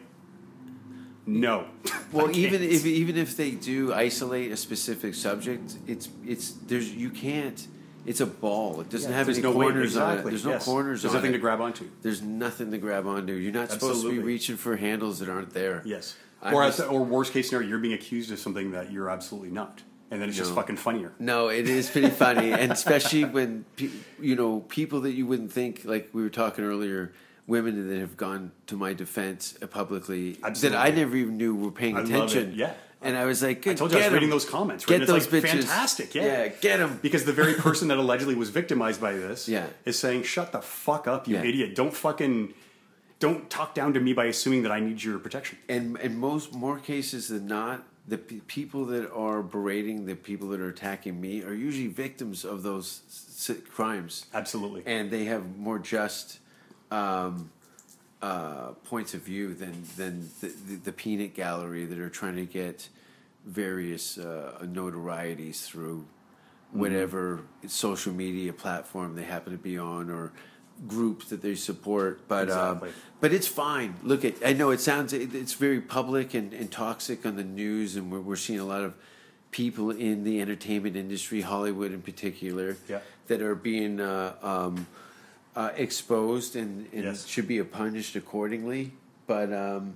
no. well, I even can't. if even if they do isolate a specific subject, it's it's there's you can't. It's a ball. It doesn't have there's any no weight, corners on it. exactly, There's no yes. corners. There's on nothing it. to grab onto. There's nothing to grab onto. You're not supposed to be Absolutely. reaching for handles that aren't there. yes, I or miss- as- or worst case scenario, you're being accused of something that you're absolutely not, and then it's just No. fucking funnier. No, it is pretty funny, and especially when pe- you know people that you wouldn't think, like we were talking earlier, women that have gone to my defense uh, publicly Absolutely. that I never even knew were paying I love attention. it, yeah. and I was like, I "Good, told you I get was reading 'em. those comments. right? Get And those it's like, bitches, Fantastic, yeah, yeah, get them. Because the very person that allegedly was victimized by this Yeah. is saying, "Shut the fuck up, you Yeah. idiot! Don't fucking, don't talk down to me by assuming that I need your protection." and in most more cases than not, the pe- people that are berating the people that are attacking me are usually victims of those s- s- crimes. Absolutely. and they have more just um, uh, points of view than than the, the, the peanut gallery that are trying to get various uh, notorieties through Mm-hmm. whatever social media platform they happen to be on or group that they support. But um, Exactly. but it's fine. Look, at, I know it sounds it, it's very public and, and toxic on the news, and we're, we're seeing a lot of people in the entertainment industry, Hollywood in particular, Yeah. that are being uh, um, uh, exposed and, and Yes. should be punished accordingly. But um,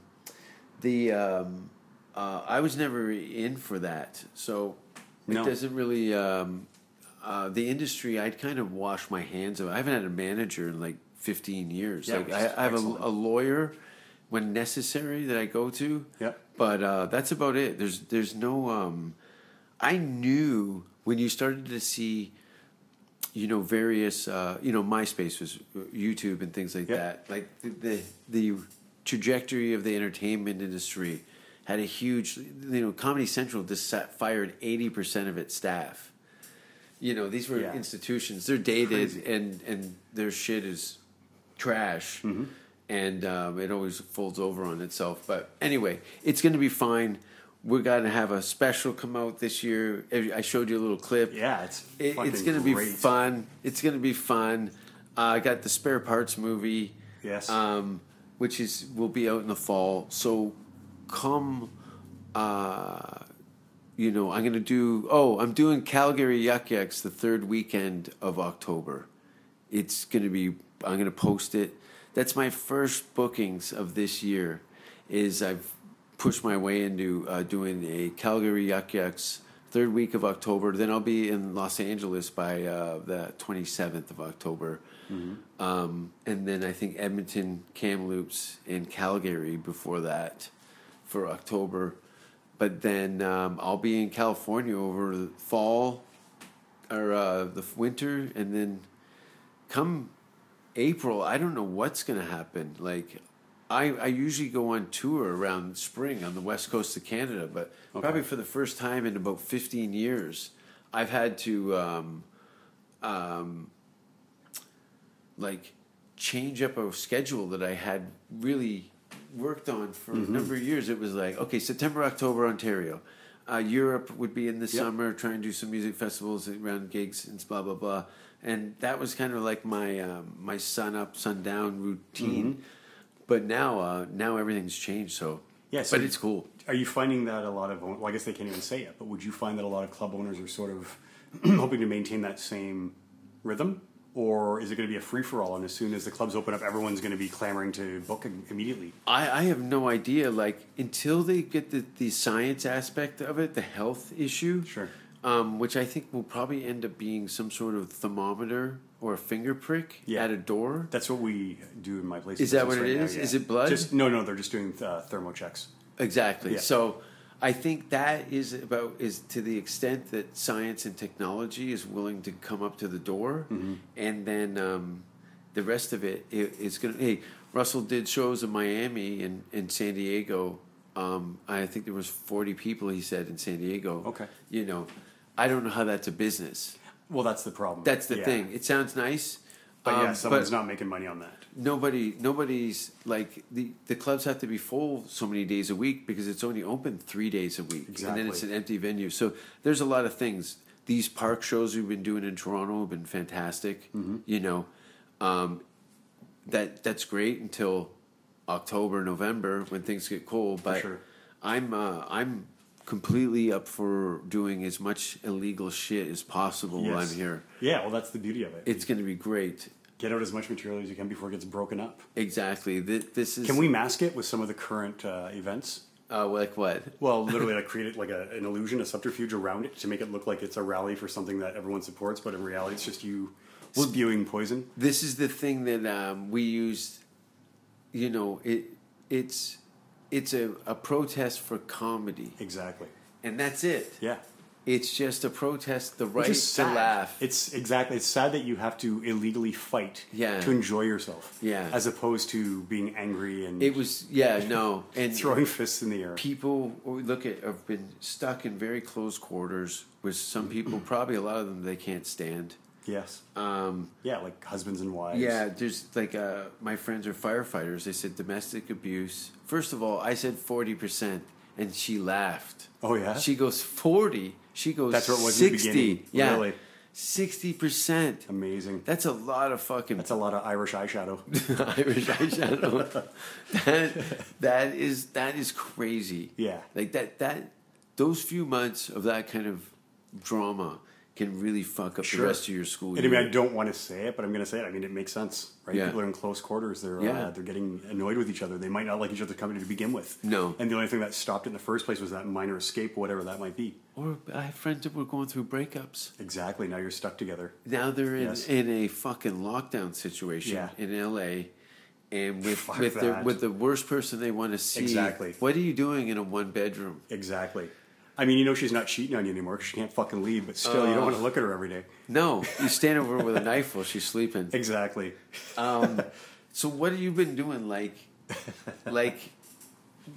the um, uh, I was never in for that, so No. it doesn't really. Um, uh, the industry, I'd kind of wash my hands of. I haven't had a manager in like 15 years. Yeah, like which I, is I have a, excellent. a lawyer when necessary that I go to. Yeah. But uh, that's about it. There's there's no. Um, I knew when you started to see, you know, various, uh, you know, MySpace was YouTube and things like Yeah. that. Like the, the the trajectory of the entertainment industry had a huge, you know, Comedy Central just sat, fired eighty percent of its staff. You know, these were Yeah. institutions. They're dated Crazy. and and their shit is trash Mm-hmm. and um, it always folds over on itself but anyway it's going to be fine we're going to have a special come out this year i showed you a little clip Yeah, it's it, it's fucking going to be great. fun it's going to be fun uh, i got the spare parts movie Yes. um, which is will be out in the fall so come uh, you know i'm going to do oh i'm doing calgary yuck yucks the third weekend of october it's going to be i'm going to post it that's my first bookings of this year is i've pushed my way into uh, doing a calgary yuck yucks third week of october then i'll be in los angeles by uh, the 27th of october um, and then i think edmonton kamloops and calgary before that for october but then um, i'll be in california over the fall or uh, the f- winter and then come April, I don't know what's going to happen. Like, I, I usually go on tour around spring on the west coast of Canada, but probably for the first time in about 15 years, I've had to, um, um, like, change up a schedule that I had really worked on for Mm-hmm. a number of years. It was like, okay, September, October, Ontario. Uh, Europe would be in the summer, try and do some music festivals around gigs and blah blah blah. And that was kind of like my um, my sun up, sundown routine. But now, uh, now everything's changed. So Mm-hmm. Yeah, so but you- it's cool. Are you finding that a lot of, own- well, I guess they can't even say it, but would you find that a lot of club owners are sort of hoping to maintain that same rhythm? Or is it going to be a free for all? And as soon as the clubs open up, everyone's going to be clamoring to book im- immediately. I, I have no idea. Like until they get the, the science aspect of it, the health issue, Sure. um, which I think will probably end up being some sort of thermometer or a finger prick Yeah. at a door. That's what we do in my place. Is that what it is? Is it blood? Just, no, no, they're just doing uh, thermo checks. Exactly. Yeah. So I think that is about is to the extent that science and technology is willing to come up to the door, Mm-hmm. and then um, the rest of it i- is going to. Hey, Russell did shows in Miami and in San Diego. Um, I think there was forty people. He said in San Diego. Okay. You know, I don't know how that's a business. Well, that's the problem. That's the Yeah. thing. It sounds nice. But yeah, Um, someone's but- not making money on that. nobody nobody's like the the clubs have to be full so many days a week because it's only open three days a week and then it's Exactly. an empty venue so there's a lot of things these park shows we've been doing in toronto have been fantastic Mm-hmm. you know um, that that's great until october november when things get cold but sure. i'm uh, i'm completely up for doing as much illegal shit as possible while i'm Yes. here Yeah, well, that's the beauty of it. it's going to be great Get out as much material as you can before it gets broken up. exactly Th- this is Can we mask it with some of the current uh, events? uh, like what Well, literally, like create it like a, an illusion, a subterfuge around it to make it look like it's a rally for something that everyone supports, but in reality, it's just you spewing poison. this is the thing that um, we use. You know, it it's it's a, a protest for comedy, Exactly. and that's it. Yeah. It's just a protest, the right Which to is sad. laugh. It's exactly. It's sad that you have to illegally fight Yeah. to enjoy yourself. Yeah. As opposed to being angry and it was yeah no and throwing fists in the air. people we look at have been stuck in very close quarters with some people, probably a lot of them they can't stand. Yes. Um, yeah, like husbands and wives. Yeah, there's like uh, my friends are firefighters. They said domestic abuse. First of all, I said forty percent, and she laughed. Oh, yeah? she goes forty. She goes. That's what it was in the 60. beginning, Yeah, really. sixty percent. Amazing. That's a lot of fucking That's a lot of Irish eyeshadow. Irish eyeshadow. that that is that is crazy. Yeah. like that that those few months of that kind of drama can really fuck up Sure. the rest of your school. And I mean, year. I don't want to say it, but I'm going to say it. I mean, it makes sense, right? Yeah. People are in close quarters. They're Yeah. uh, they're getting annoyed with each other. They might not like each other's company to begin with. No. And the only thing that stopped it in the first place was that minor escape, whatever that might be. or I have friends that were going through breakups. Exactly. Now you're stuck together. now they're in, Yes. in a fucking lockdown situation Yeah. in LA and with Fuck with the, that. with the worst person they want to see. Exactly. What are you doing in a one bedroom? Exactly. I mean, you know, she's not cheating on you anymore 'cause she can't fucking leave, but still, you don't want to look at her every day. No, you stand over her with a knife while she's sleeping. Um, Exactly. Uh. So what have you been doing like like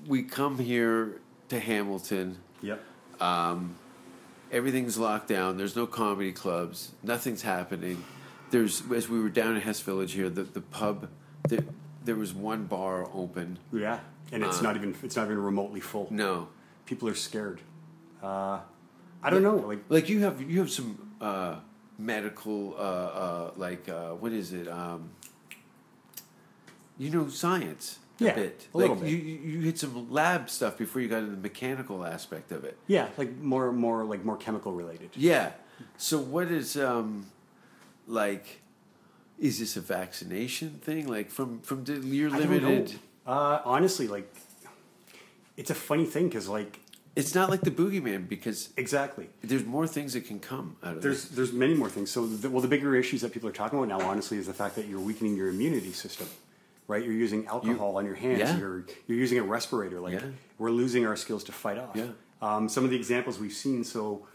we come here to Hamilton, Yep. everything's locked down, there's no comedy clubs, nothing's happening. There's as we were down in Hess Village here, the, the pub there there was one bar open. Yeah. And it's not even it's not even remotely full. Uh. No. People are scared. Uh, I don't know. Like like you have you have some uh medical uh uh like uh what is it um you know science Yeah, a bit a like little bit. you you you hit some lab stuff before you got into the mechanical aspect of it yeah, like more more like more chemical related. yeah so what is um like is this a vaccination thing like from from the, you're I don't know. limited Uh, honestly, like, it's a funny thing because, like, it's not like the boogeyman because exactly. there's more things that can come out of There's this there's many more things. So, the, well, the bigger issues that people are talking about now, honestly, is the fact that you're weakening your immunity system, right? You're using alcohol on your hands. Yeah. You're you're using a respirator. Like, Yeah. we're losing our skills to fight off. Yeah. Um, some of the examples we've seen. So,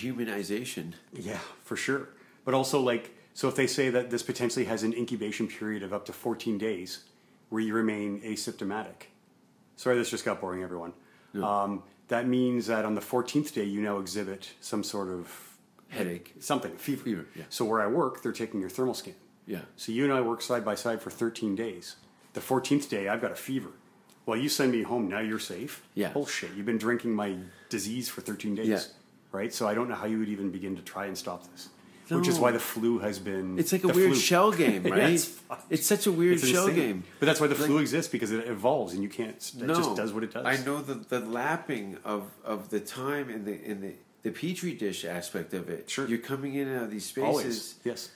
dehumanization Yeah, for sure. But also, like, so if they say that this potentially has an incubation period of up to 14 days where you remain asymptomatic. Sorry, this just got boring, everyone. Um, that means that on the 14th day, you now exhibit some sort of headache something, fever. Fever, yeah. So where I work, they're taking your thermal scan. yeah So you and I work side by side for 13 days. The 14th day, I've got a fever. Well, you send me home, now you're safe. Yeah. Bullshit. You've been drinking my disease for 13 days. Yeah. Right? So I don't know how you would even begin to try and stop this. Which is why the flu has been. It's like a the weird flu. shell game, Yeah, right? it's it's, fucked. such a weird It's shell insane. game. But that's why the Like- flu exists because it evolves and you can't. It just does what it does. I know the, the lapping of, of the time and the in the, the petri dish aspect of it. Sure. You're coming in and out of these spaces Always. Yes.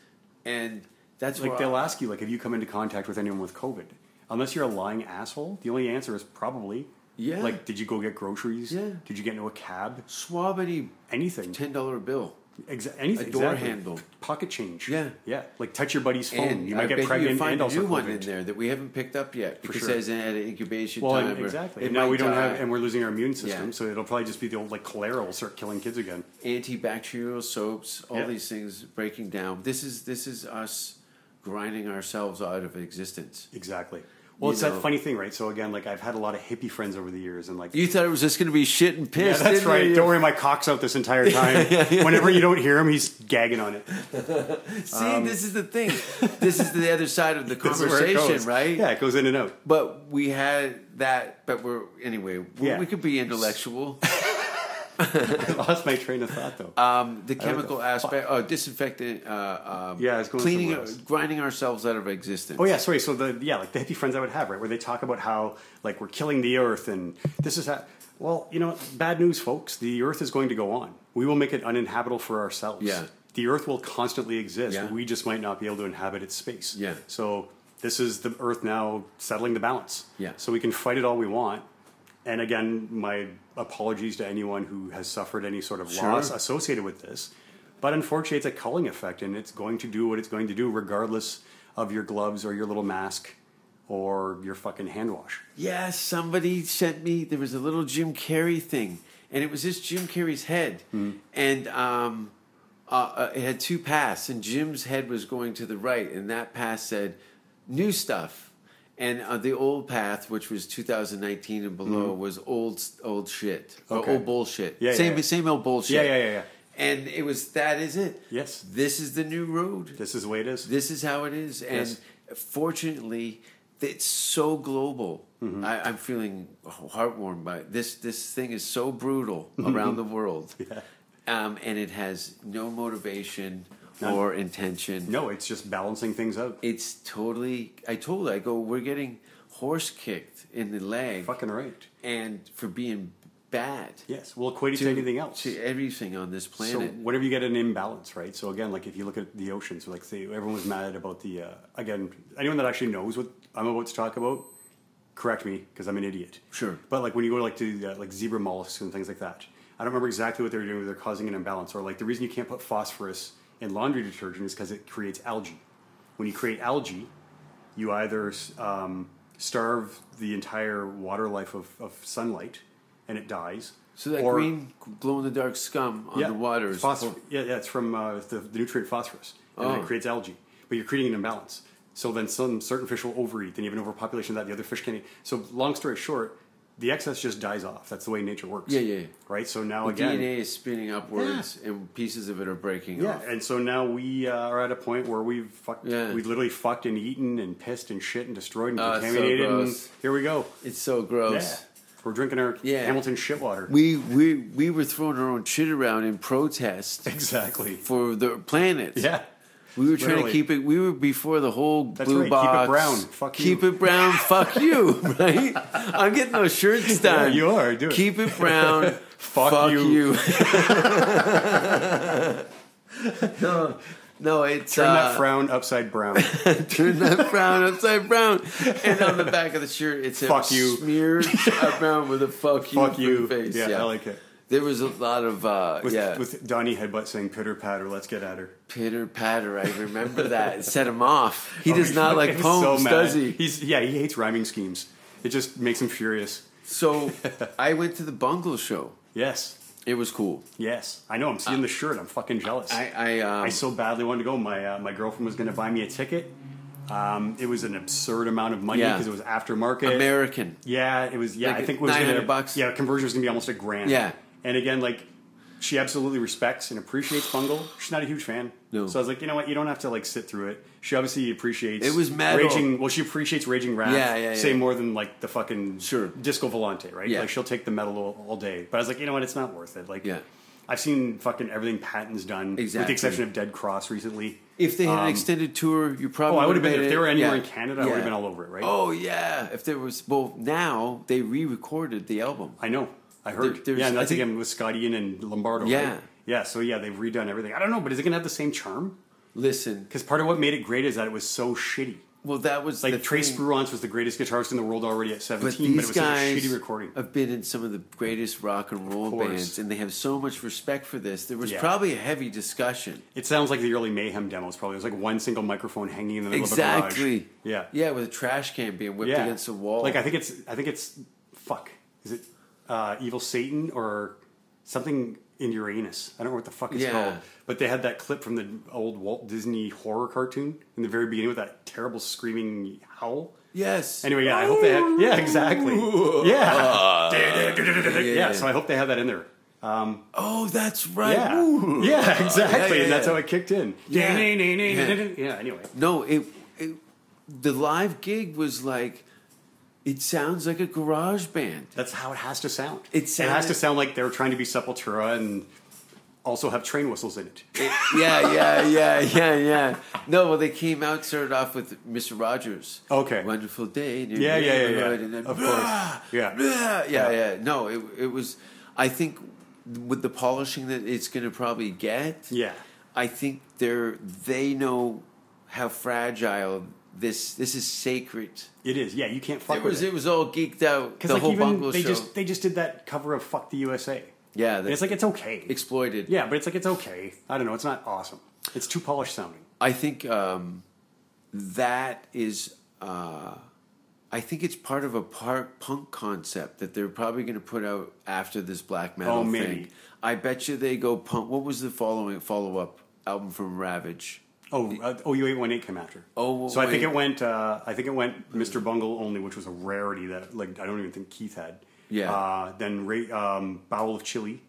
and that's Like where they'll ask you, like, have you come into contact with anyone with COVID? Unless you're a lying asshole, the only answer is probably. Yeah. Like, did you go get groceries? Yeah. Did you get into a cab? swab any Anything. Oh, ten dollar bill. Exa- anything. A door exactly. handle. Pocket change. Yeah. Yeah. Like touch your buddy's phone. And you might I get bet you pregnant find and a also new one in COVID. there that we haven't picked up yet because sure. it hasn't had an incubation Well, time. and or exactly. it And now might we don't die. have, and we're losing our immune system, Yeah. so it'll probably just be the old like cholera will start killing kids again. antibacterial soaps, all Yeah. these things breaking down. This is this is us grinding ourselves out of existence. Exactly. Well, it's you that know. funny thing, right? So again, like I've had a lot of hippie friends over the years, and like You thought it was just going to be shit and yeah, piss. that's didn't right. you? Don't worry, my cock's out this entire time. Whenever you don't hear him, he's gagging on it. See, this is the thing. This is the other side of the Um, This is where it conversation, goes. right? Yeah, it goes in and out. But we had that. But we're anyway. We, Yeah. we could be intellectual. I lost my train of thought though. Um, the chemical aspect, oh, disinfectant, uh, um, Yeah, it's going cleaning, somewhere else. grinding ourselves out of existence. Oh yeah, sorry. So the yeah, like the hippie friends I would have, right, where they talk about how like we're killing the earth and this is how. Well, you know, bad news, folks. The earth is going to go on. We will make it uninhabitable for ourselves. Yeah. The earth will constantly exist. Yeah. We just might not be able to inhabit its space. Yeah. So this is the earth now settling the balance. Yeah. So we can fight it all we want. And again, my apologies to anyone who has suffered any sort of Sure. loss associated with this. But unfortunately, it's a culling effect, and it's going to do what it's going to do, regardless of your gloves or your little mask or your fucking hand wash. Yeah, somebody sent me. There was a little Jim Carrey thing, and it was just Jim Carrey's head, Hmm. and um, uh, uh, it had two paths, and Jim's head was going to the right, and that path said new stuff, and uh, the old path, which was 2019 and below, was old old shit, or Hmm. Okay. old bullshit. Yeah, same yeah. same old bullshit. Yeah, yeah, yeah, yeah. And it was that is it. Yes. this is the new road This is the way it is. this is how it is and fortunately it's so global Mm-hmm. I, i'm feeling heartwarmed by it. this this thing is so brutal Mm-hmm. around the world um, and it has no motivation None. or intention no, it's just balancing things out. it's totally i told her i go we're getting horse kicked in the leg Fucking right. and for being bad Yes, we'll equate it to, anything else. to everything on this So planet whenever you get an imbalance, right? So again, like if you look at the oceans, like say everyone was mad about the uh, again anyone that actually knows what I'm about to talk about, correct me because I'm an idiot. Sure. But like when you go like to uh, like zebra mollusks and things like that, I don't remember exactly what they were doing. but They're causing an imbalance, or like the reason you can't put phosphorus in laundry detergent is because it creates algae. When you create algae, you either um, starve the entire water life of, of sunlight, and it dies. so that or- green glow-in-the-dark scum on the water is Phosphor- yeah, yeah, it's from uh, the, the nutrient phosphorus, and then Oh. it creates algae. But you're creating an imbalance. So then some certain fish will overeat, then you have an overpopulation of that the other fish can't eat. So long story short, the excess just dies off. That's the way nature works. Yeah, yeah, yeah. Right. So now again, DNA is spinning upwards and pieces of it are breaking yeah, off. and so now we uh, are at a point where we've fucked, Yeah. we literally fucked and eaten and pissed and shit and destroyed and Oh, it's so contaminated, and gross. here we go. It's so gross. Yeah. We're drinking our Yeah. Hamilton shit water. We we we were throwing our own shit around in protest exactly. for the planet. Yeah. We were trying to Literally. keep it. We were before the whole That's blue right, keep it box. brown, fuck you. Keep it brown. fuck you. Right. I'm getting those shirts done. Yeah, you are, do it. Keep it brown. Fuck you. you. no, no. It's Turn uh, that frown upside brown. turn that brown upside brown. And on the back of the shirt, it's Fuck you. smeared around with a fuck you, Fuck you. blue face. Yeah, I like it. There was a lot of uh, With, yeah with Donnie Headbutt saying pitter patter, let's get at her. pitter patter. I remember that. It set him off. He does not like Oh, He's poems, so mad. does he? He's yeah, he hates rhyming schemes. It just makes him furious. So I went to the Bungle show. Yes, It was cool. yes, I know. I'm seeing the shirt. I'm fucking jealous. Uh, I I, um, I so badly wanted to go. My uh, my girlfriend was going to buy me a ticket. Um, it was an absurd amount of money Yeah. because it was aftermarket. American. Yeah, it was. Yeah, Like I think it was 900 gonna- bucks. Yeah, conversion was gonna be almost a grand. Yeah. and again, like she absolutely respects and appreciates Fungal. She's not a huge fan. No. So I was like, you know what? You don't have to like sit through it. She obviously appreciates. It was metal. Raging. Well, she appreciates Raging Wrath. Yeah, yeah, Say yeah. more than like the fucking Sure. Disco Volante, right? Yeah. Like she'll take the metal all, all day. But I was like, you know what? It's not worth it. Like, Yeah. I've seen fucking everything Patton's done, with Exactly. the exception of Dead Cross recently. If they had an Um, extended tour, you probably. Oh, I would would've have been made if they it. were anywhere Yeah. in Canada. I Yeah. would have been all over it, right? Oh yeah, if there was. Well, now they re-recorded the album. I know. I heard. There- there's- yeah, and I that's think- again with Scott Ian and Lombardo. Yeah. right? Yeah. So yeah, they've redone everything. I don't know, but is it gonna have the same charm? Listen, Because part of what made it great is that it was so shitty. well, that was Like the Trace thing. Bruance was the greatest guitarist in the world already at But seventeen, but, these it was guys such a shitty recording. have been in some of the greatest rock and roll course. bands, and they have so much respect for this. There was Yeah. probably a heavy discussion. It sounds like the early Mayhem demos. Probably it was like one single microphone hanging in the middle of Exactly. a garage. Yeah. Yeah, with a trash can being whipped Yeah. against the wall. Like I think it's I think it's fuck. Is it uh, Evil Satan or something in Uranus? I don't know what the fuck it's Yeah. called. But they had that clip from the old Walt Disney horror cartoon in the very beginning with that terrible screaming howl. Yes. Anyway, yeah, I hope they have. Yeah, exactly. Uh, Yeah. yeah, so I hope they have that in there. Oh, that's right. Yeah. Ooh. Yeah, exactly. yeah, And that's yeah. how it kicked in. Yeah. yeah anyway. No, it, it. The live gig was like. It sounds like a garage band. That's how it has to sound. It has to sounded- sound like they're trying to be Sepultura and also have train whistles in it. yeah, yeah, yeah, yeah, yeah. No, well, they came out started off with Mr. Rogers. Okay. Wonderful day. in your Yeah, yeah, yeah, yeah. neighborhood, and then, Of course. "Rah, Yeah. rah." yeah, yeah. No, it it was. I think with the polishing that it's going to probably get. Yeah. I think they're they know how fragile this this is sacred. It is. Yeah, you can't fuck It with was it. it was all geeked out. The like whole even bungle they show. just they just did that cover of "Fuck the USA." yeah, And it's like it's okay. exploited. yeah, but it's like it's okay. I don't know. It's not awesome. It's too polished sounding. I think um, that is. Uh, I think it's part of a par punk concept that they're probably going to put out after this black metal Oh, thing. maybe. I bet you they go punk. What was the following follow up album from Ravage? Oh, uh, OU eight one eight came after. Oh, well, so I think wait. it went. Uh, I think it went Mr. Bungle only, which was a rarity that like I don't even think Keith had. Yeah. Uh, then Ra- um, Bowel of Chili.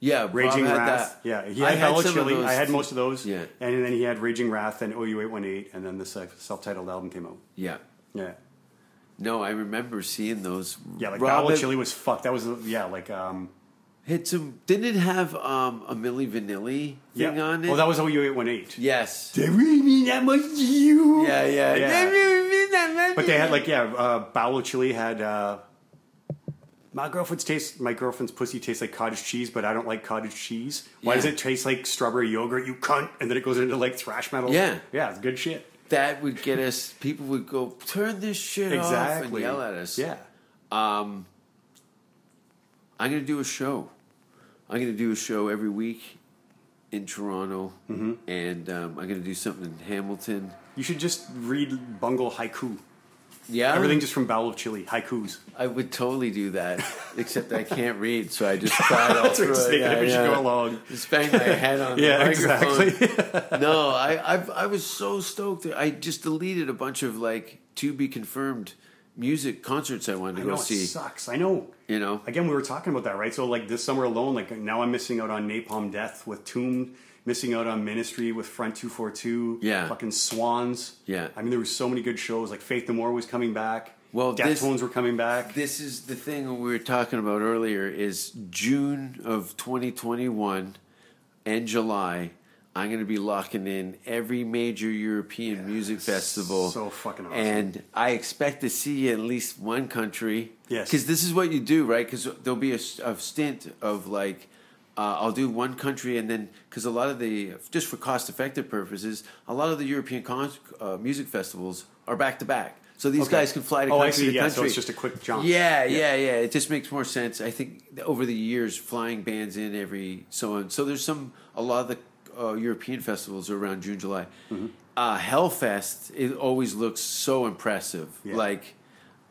Yeah, Rob Raging had Wrath. that. Yeah, he had, Hella some of Chili. those I had too. most of those. Yeah. And then he had Raging Wrath and OU818, and then the self titled album came out. Yeah. Yeah. No, I remember seeing those. Yeah, like Rob Bowel of had- Chili was fucked. That was, yeah, like. um Had some. Didn't it have um, a Milli Vanilli yeah. thing on it? Oh, that was OU818. yes. They really mean that much to you. yeah, yeah, But they had, like, yeah, uh, Bowel of Chili had. Uh, my girlfriend's taste. My girlfriend's pussy tastes like cottage cheese, but I don't like cottage cheese. Why Yeah. does it taste like strawberry yogurt? You cunt! And then it goes into like thrash metal. Yeah. yeah, it's good shit. that would get us. People would go turn this shit off and Exactly. yell at us. Yeah, I'm gonna do a show. I'm gonna do a show every week in Toronto, Mm-hmm. and um, I'm gonna do something in Hamilton. You should just read Bungle haiku. Yeah, Everything just from Bowel of Chile. Haikus. I would totally do that, except I can't read, so I just try all That's what through I'm it. saying. Yeah, We should yeah. go along. Just bang my head on Yeah, the microphone. exactly. no, I, I I was so stoked. I just deleted a bunch of like to be confirmed music concerts I wanted to I go know it see. sucks. I know. You know, Again, we were talking about that, right? So, like this summer alone, like now I'm missing out on Napalm Death with Tomb, missing out on Ministry with Front Two Four Two. Yeah. Fucking Swans. Yeah. I mean, there were so many good shows. Like Faith No More was coming back. Well, Death this- Tones were coming back. this is the thing we were talking about earlier. Is June of 2021 and July. I'm going to be locking in every major European music festival. so fucking awesome. And I expect to see you in at least one country. Yes. Because this is what you do, right? Because there'll be a, s- a stint of like, uh, I'll do one country and then, because a lot of the, just for cost effective purposes, a lot of the European con- uh, music festivals are back to back. So these Okay. guys can fly to Oh, I country see. to Yeah, so country. it's just a quick jump. Yeah, yeah, yeah, It just makes more sense. I think th- over the years, flying bands in every so on. So there's some a lot of the uh, European festivals are around June, July. Mm-hmm. Uh, Hellfest it always looks so impressive. Yeah. Like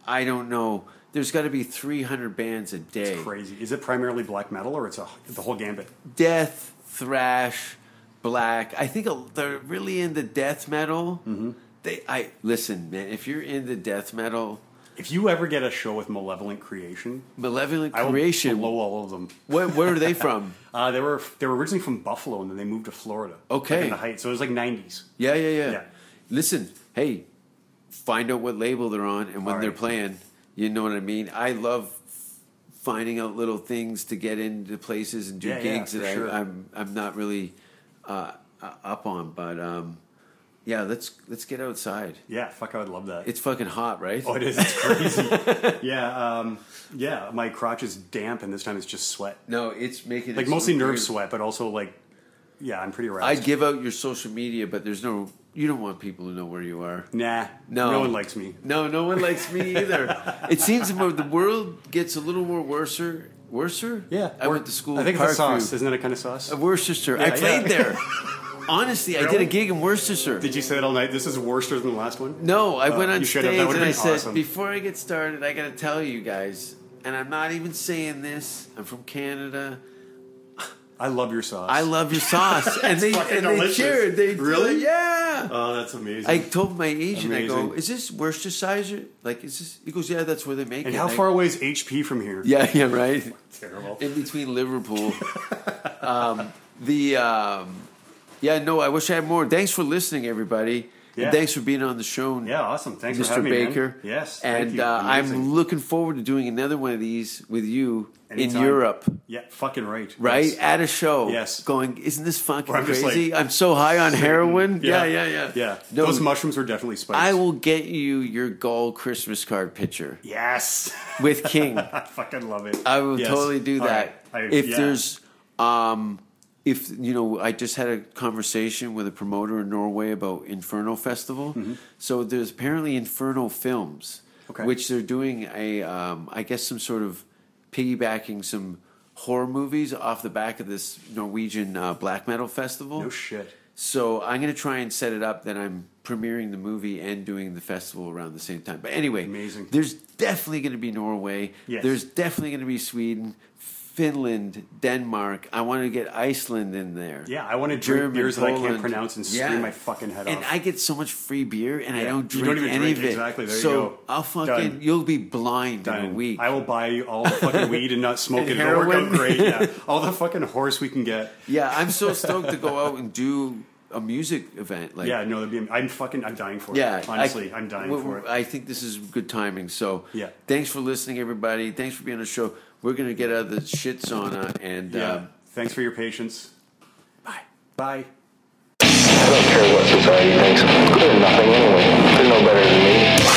I don't know, there's got to be 300 bands a day. Crazy. Is it primarily black metal or it's a, the whole gambit? Death, thrash, black. I think a, they're really into death metal. Mm-hmm. They, I listen, man. If you're into death metal, If you ever get a show with Malevolent Creation, Malevolent I will Creation. blow all of them. Where, where are they from? Uh, they were they were originally from Buffalo and then they moved to Florida. Okay. like in the height, so it was like '90s. Yeah, yeah, yeah, Yeah. Listen, hey, find out what label they're on and when All they're right. playing. You know what I mean? I love f- finding out little things to get into places and do Yeah, yeah, gigs for that I, sure. I'm I'm not really uh, uh, up on. But um, yeah, let's let's get outside. Yeah, fuck, I would love that. It's fucking hot, right? oh, it is. It's crazy. yeah, um, yeah. My crotch is damp, and this time it's just sweat. no, it's making Like it mostly so nerve weird. sweat, but also like, yeah, I'm pretty I aroused. give out your social media, but there's no. You don't want people to know where you are. nah, No. no one likes me. No, no one likes me either. it seems the more the world gets a little more worser. Worser? Yeah, I Or- went to school. I think in it's a sauce. Parkview. Isn't that a kind of sauce? Worcester. I Yeah, played yeah. there. Honestly, I did a Really? gig in Worcester. Did you say that all night? This is worse than the last one. no, I Oh, went on you stage should have. That and would've I been said, awesome. before I get started, I got to tell you guys, and I'm not even saying this. I'm from Canada. I love your sauce. I love your sauce. and they, fucking and they delicious. cheered. They Really? Yeah. Oh, that's amazing. I told my agent, I go, Amazing. is this Worcestershire? Like, is this? He goes, yeah, that's where they make and it. how I- far away is HP from here? Yeah, yeah, right. Terrible. In between Liverpool. um, the um, yeah, no, I wish I had more. Thanks for listening, everybody. Yeah. And thanks for being on the show, Yeah, awesome. Thanks Mr. for having me. man. Baker. Yes. and thank you. Uh, I'm Amazing. looking forward to doing another one of these with you in Anytime. Europe. Yeah, fucking right. Right Yes. at a show, Yes. Going, isn't this fucking Where I'm just crazy? like- I'm so high on heroin. Yeah, yeah, Yeah. yeah. Yeah. No, Those mushrooms were definitely spiced. I will get you your goal Christmas card picture Yes. with King. I fucking love it. I will Yes. totally do All that. right. I- if yeah. there's, um, if you know, I just had a conversation with a promoter in Norway about Inferno Festival. So there's apparently Inferno Films, Mm-hmm. Okay. which they're doing a, um, I guess, some sort of piggybacking some horror movies off the back of this Norwegian uh, black metal festival. No shit. So I'm going to try and set it up that I'm premiering the movie and doing the festival around the same time. But anyway, Amazing. There's definitely going to be Norway. Yes. There's definitely going to be Sweden, Finland, Denmark. I want to get Iceland in there. Yeah, I want to drink German, beers that I Poland. can't pronounce and Yeah. scream my fucking head And off. I get so much free beer, and I Yeah. don't You drink don't even any drink. of it. Exactly. There you so go. I'll fucking. Done. You'll be blind in a Done. week. I will buy you all the fucking weed and not smoke And it. It'll work out heroin. great. Yeah. All the fucking horse we can get. Yeah, I'm so stoked to go out and do a music event. Like, Yeah, no, that'd be, I'm fucking, I'm dying for Yeah, it. Honestly, I, I, am dying w- for w- uh, it. I think this is good timing. So, Yeah. thanks for listening, everybody. Thanks for being on the show. We're gonna get out of the shit sauna, and yeah. um, Thanks for your patience. Bye. Bye. I don't care what society thinks. They're nothing anyway. They're no better than me.